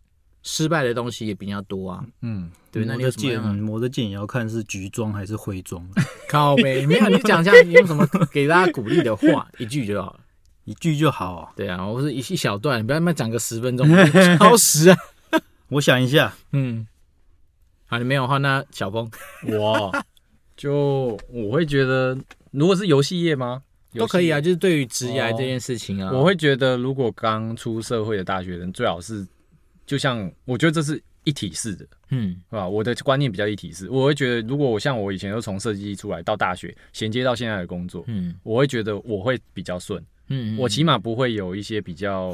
Speaker 2: 失败的东西也比较多啊。
Speaker 4: 嗯，
Speaker 2: 对，那
Speaker 5: 磨
Speaker 2: 你
Speaker 5: 的
Speaker 2: 有什么
Speaker 5: 剑，
Speaker 2: 样的
Speaker 5: 磨的剑也要看是橘装还是灰装。
Speaker 2: 靠 背？没有，你讲一下你有什么给大家鼓励的话，一句就好了。
Speaker 5: 一句就好啊、
Speaker 2: 对啊，我是一一小段，你不要那么讲个十分钟，超时 啊。
Speaker 5: 我想一下，
Speaker 2: 嗯，好，你没有的话，那小峰
Speaker 4: 我就我会觉得，如果是游戏业吗？
Speaker 2: 都可以啊，
Speaker 4: 游戏。
Speaker 2: 就是对于职涯这件事情啊，
Speaker 4: 我会觉得，如果刚出社会的大学生，最好是就像我觉得这是一体式的，
Speaker 2: 嗯
Speaker 4: 是吧？我的观念比较一体式，我会觉得，如果我像我以前就从设计出来到大学，衔接到现在的工作，
Speaker 2: 嗯
Speaker 4: 我会觉得我会比较顺，
Speaker 2: 嗯，嗯
Speaker 4: 我起码不会有一些比较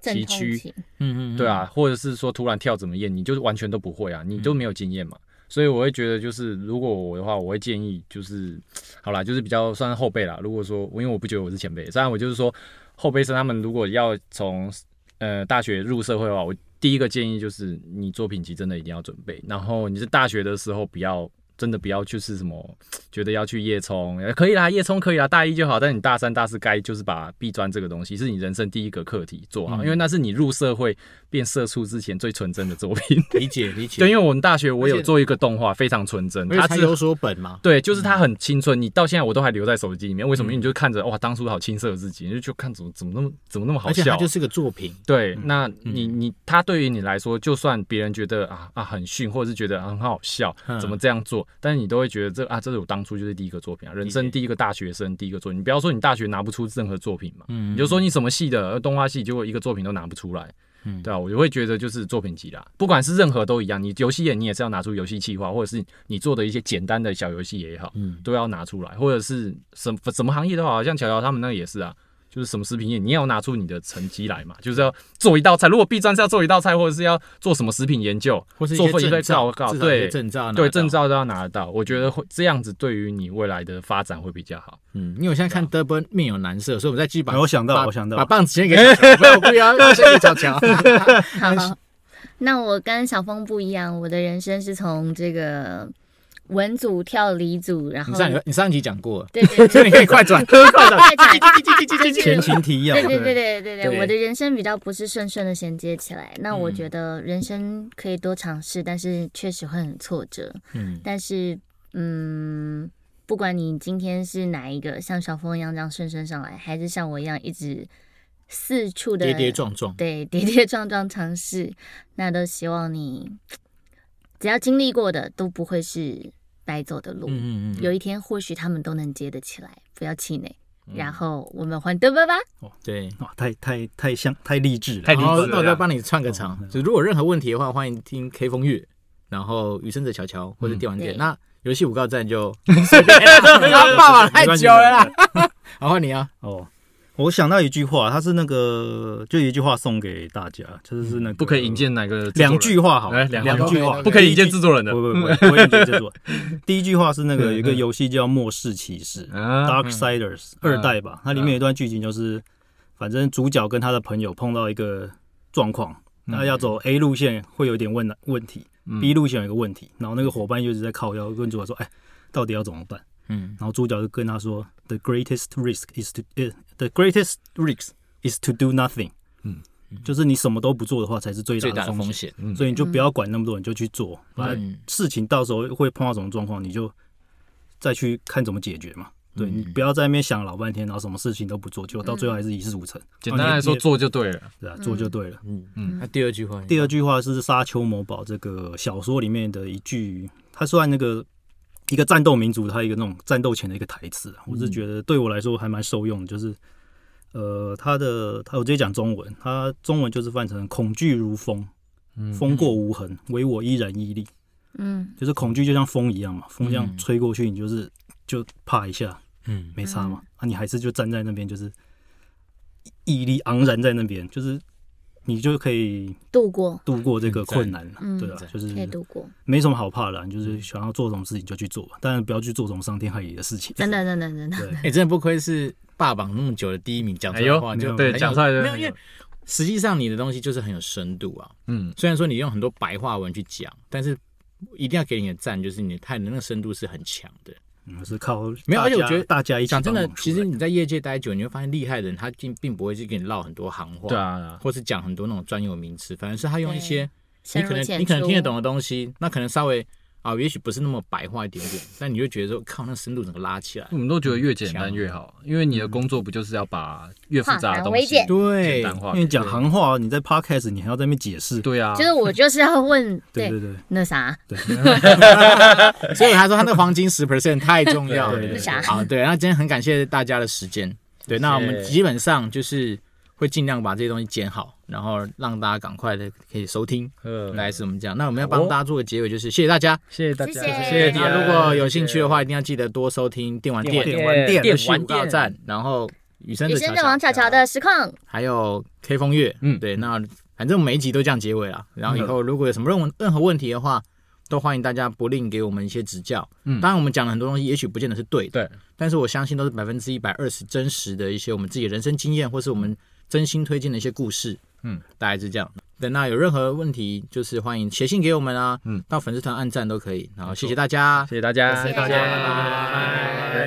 Speaker 3: 阵
Speaker 4: 崎
Speaker 3: 痛
Speaker 4: 岖
Speaker 3: 期
Speaker 2: 嗯嗯嗯
Speaker 4: 对啊，或者是说突然跳怎么验，你就是完全都不会啊，你都没有经验嘛。所以我会觉得，就是如果我的话，我会建议就是，好啦，就是比较算是后辈啦。如果说，因为我不觉得我是前辈，虽然我就是说后辈生他们如果要从呃大学入社会的话，我第一个建议就是你作品集真的一定要准备，然后你是大学的时候不要。真的不要去是什么，觉得要去夜冲，呃可以啦，夜冲可以啦，大一就好。但你大三、大四该就是把毕专这个东西是你人生第一个课题做
Speaker 2: 嗯
Speaker 4: 好，因为那是你入社会变社畜之前最纯真的作 品。
Speaker 2: 理解理解，
Speaker 4: 对，因为我们大学我
Speaker 2: 而
Speaker 4: 有
Speaker 2: 且
Speaker 4: 做一个动画，非常纯真，
Speaker 2: 因为
Speaker 4: 它
Speaker 2: 它
Speaker 4: 只
Speaker 2: 有所本嘛，
Speaker 4: 对，就是它很青春，你到现在我都还留在手机里面。
Speaker 2: 嗯
Speaker 4: 为什么？因为你就看着哇，当初好青涩的自己，你就就看怎么怎么那么怎么那么好
Speaker 2: 而且
Speaker 4: 笑
Speaker 2: 它
Speaker 4: 啊。
Speaker 2: 就是个作品，
Speaker 4: 对，那你你他对于你来说，就算别人觉得啊啊很逊，或者是觉得啊很好笑，
Speaker 2: 嗯
Speaker 4: 怎么这样做，但是你都会觉得这啊，这是我当初就是第一个作品啊，人生第一个大学生第一个作品。你不要说你大学拿不出任何作品嘛，
Speaker 2: 嗯
Speaker 4: 你就说你什么系的呃动画系，结果一个作品都拿不出来。
Speaker 2: 嗯
Speaker 4: 对啊，我就会觉得就是作品集啦，不管是任何都一样，你游戏也你也是要拿出游戏企划，或者是你做的一些简单的小游戏也好，
Speaker 2: 嗯
Speaker 4: 都要拿出来，或者是什么什么行业都好，像乔乔他们那个也是啊，就是什么食品业，你也要拿出你的成绩来嘛，就是要做一道菜。如果 B 站是要做一道菜，或者是要做什么食品研究，
Speaker 2: 或是一
Speaker 4: 做
Speaker 2: 些
Speaker 4: 份一个
Speaker 2: 证
Speaker 4: 报
Speaker 2: 照，
Speaker 4: 告，
Speaker 2: 至少一些
Speaker 4: 对
Speaker 2: 证照拿啊
Speaker 4: 对，
Speaker 2: 到
Speaker 4: 证，照都要拿得到。我觉得会这样子，对于你未来的发展会比较好。
Speaker 2: 嗯，因为我现在看 Durban 面有蓝色，所以我们再继续把
Speaker 5: 哎我想到
Speaker 2: 把
Speaker 5: 我想到
Speaker 2: 把棒子先给小 乔，不然我故意要先给小 乔，
Speaker 3: 好，那我跟小峰不一样，我的人生是从这个文组跳理组，然后
Speaker 2: 你上你上一集讲过了，
Speaker 3: 对
Speaker 2: 所
Speaker 3: 对
Speaker 2: 以
Speaker 3: 对
Speaker 2: 你可以 快转，
Speaker 3: 快转快转
Speaker 5: 前情提要，
Speaker 3: 对对对对对
Speaker 2: 对嗯
Speaker 3: 对，我的人生比较不是顺顺的衔接起来。那我觉得人生可以多尝试，但是确实会很挫折。
Speaker 2: 嗯
Speaker 3: 但是，嗯，不管你今天是哪一个，像小峰一样这样顺顺上来，还是像我一样一直四处的
Speaker 2: 跌跌撞撞，
Speaker 3: 对，跌跌撞撞尝试，那都希望你嗯只要经历过的都不会是白走的路。
Speaker 2: 嗯嗯嗯，
Speaker 3: 有一天，或许他们都能接得起来，不要气馁。
Speaker 2: 嗯
Speaker 3: 然后我们换德爸吧。
Speaker 2: 对。
Speaker 5: 哇，太太太像太励志了
Speaker 4: 太，励
Speaker 2: 然后
Speaker 4: 志
Speaker 2: 那我
Speaker 4: 了
Speaker 2: 再
Speaker 4: 啦。
Speaker 2: 帮你串个场
Speaker 5: 嗯，
Speaker 2: 就如果有任何问题的话，欢迎听 K 风月，然后余生者乔乔或者电玩店。
Speaker 3: 对
Speaker 2: 那游戏五告站就随便啦， 不要霸王太久了啦。 好，换你啊，
Speaker 5: 哦，我想到一句话，它是那个，就一句话送给大家，就是是那个
Speaker 4: 嗯不可以引荐哪个制作人
Speaker 5: 两句话好了，
Speaker 4: 哎两
Speaker 5: 两句话
Speaker 4: 不可以引荐制作人的
Speaker 5: 不不不，我我引荐这座。 第一句话是那个有一个游戏叫《末世骑士》
Speaker 4: 啊，
Speaker 5: （Dark Siders）
Speaker 4: 嗯
Speaker 5: 二代吧，它里面有一段剧情就是，反正主角跟他的朋友碰到一个状况，那要走 A 路线会有点问难问题，B 路线有一个问题，然后那个伙伴就一直在靠腰跟主角说：“哎，到底要怎么办？”
Speaker 2: 嗯，
Speaker 5: 然后主角就跟他说：“The greatest risk is to、the 呃 greatest risk is to do nothing。”
Speaker 4: 嗯
Speaker 5: 嗯，就是你什么都不做的话，才是最
Speaker 2: 最
Speaker 5: 大
Speaker 2: 大
Speaker 5: 的
Speaker 2: 的
Speaker 5: 风
Speaker 2: 风
Speaker 5: 险。
Speaker 2: 险，
Speaker 4: 嗯
Speaker 5: 所以你就不要管那么多，你就去做。反正
Speaker 2: 嗯
Speaker 5: 事情到时候会碰到什么状况，你就再去看怎么解决嘛。对
Speaker 2: 嗯
Speaker 5: 你不要在那边想老半天，然后什么事情都不做，结果到最后还是一事无成。
Speaker 4: 简单来说
Speaker 5: 你也
Speaker 4: 做就对了。
Speaker 5: 对啊，做就对了。
Speaker 2: 嗯嗯。那第二句话，
Speaker 5: 第二句话是《沙丘魔堡》这个小说里面的一句，它算那个一个战斗民族，它一个那种战斗前的一个台词啊。我是觉得对我来说还蛮受用的，就是呃，它的它我直接讲中文，它中文就是翻成“恐惧如风，风过无痕，唯我依然屹立”。
Speaker 3: 嗯，
Speaker 5: 就是恐惧就像风一样嘛，风这样
Speaker 2: 嗯
Speaker 5: 吹过去，你就是就怕一下，
Speaker 2: 嗯，
Speaker 5: 没差嘛。啊，你还是就站在那边，就是毅力昂然在那边，就是你就可以
Speaker 3: 度过，
Speaker 5: 度过这个困难了，
Speaker 3: 嗯
Speaker 5: 对啊，就是
Speaker 3: 可以度
Speaker 2: 嗯
Speaker 3: 过，
Speaker 5: 没什么好怕的啊，你就是想要做什么事情就去做吧，当然不要去做什么伤天害理的事情。
Speaker 3: 真，的，真的，真的。
Speaker 5: 对，
Speaker 2: 哎，真的不愧是霸榜那么久的第一名，讲
Speaker 4: 哎
Speaker 2: 出来的
Speaker 4: 呦
Speaker 2: 话，
Speaker 5: 没
Speaker 2: 就
Speaker 5: 有
Speaker 4: 对
Speaker 2: 很有
Speaker 4: 讲出来的
Speaker 2: 没有，因为实际上你的东西就是很有深度啊。
Speaker 4: 嗯，
Speaker 2: 虽然说你用很多白话文去讲，但是一定要给你的赞，就是你的太那个深度是很强的。
Speaker 5: 嗯我是靠
Speaker 2: 没有
Speaker 5: 大
Speaker 2: 而且我
Speaker 5: 家
Speaker 2: 觉得
Speaker 5: 大家一起
Speaker 2: 讲真的
Speaker 5: 帮，忙出
Speaker 2: 其
Speaker 5: 来
Speaker 2: 实你在业界待久，你会发现厉害的人他并并不会去给你唠很多行话，
Speaker 4: 对，啊对啊，
Speaker 2: 或是讲很多那种专有名词，反正是他用一些你
Speaker 3: 深
Speaker 2: 可
Speaker 3: 入
Speaker 2: 能
Speaker 3: 浅
Speaker 2: 你可能听得
Speaker 3: 出
Speaker 2: 懂的东西，那可能稍微啊，也许不是那么白话一点点，但你就觉得说，靠，那深度整个拉起来，
Speaker 4: 我们都觉得越简单越好，因为你的工作不就是要把越复杂的东西
Speaker 3: 化繁为简
Speaker 2: 对
Speaker 4: 简单化
Speaker 5: 因？为讲行话，你在 podcast 你还要在那边解释，
Speaker 4: 对啊
Speaker 3: 就，是我就是要问，
Speaker 5: 对
Speaker 3: 对
Speaker 5: 对对，
Speaker 3: 那啥，
Speaker 2: 所以他说他那黄金十 percent 太 重要了
Speaker 5: 对对
Speaker 3: 对对。
Speaker 2: 好，对，那今天很感谢大家的时间。对，那我们基本上就是会尽量把这些东西剪好，然后让大家赶快的可以收听。
Speaker 4: 呃
Speaker 2: 大概是我们这样。那我们要
Speaker 4: 好哦
Speaker 2: 帮大家做个结尾，就是谢谢大家。
Speaker 4: 谢谢大家，
Speaker 3: 谢谢
Speaker 4: 谢你
Speaker 2: 那
Speaker 4: 们
Speaker 2: 如果有兴趣的话，一定要记得多收听电玩店、
Speaker 5: 电玩
Speaker 2: 电
Speaker 5: 店
Speaker 4: 电玩
Speaker 2: 大
Speaker 4: 店
Speaker 2: 站，然后雨生
Speaker 3: 女
Speaker 2: 的
Speaker 3: 生
Speaker 2: 巧
Speaker 3: 的王巧巧的实况，
Speaker 2: 还有 K 风月，
Speaker 4: 嗯
Speaker 2: 对，那反正每一集都这样结尾啦。然后以后如果有什么任何任何问题的话，都欢迎大家不吝给我们一些指教。
Speaker 4: 嗯
Speaker 2: 当然我们讲了很多东西，也许不见得是对的，
Speaker 4: 对，
Speaker 2: 但是我相信都是百分之一百二十真实的一些我们自己的人生经验，或是我们真心推荐的一些故事。
Speaker 4: 嗯，
Speaker 2: 大概是这样。对，那有任何问题，就是欢迎写信给我们啊，
Speaker 4: 嗯，
Speaker 2: 到粉丝团按赞都可以。然后谢谢大家，
Speaker 4: 谢谢大家，
Speaker 3: 谢谢大家
Speaker 4: 拜拜。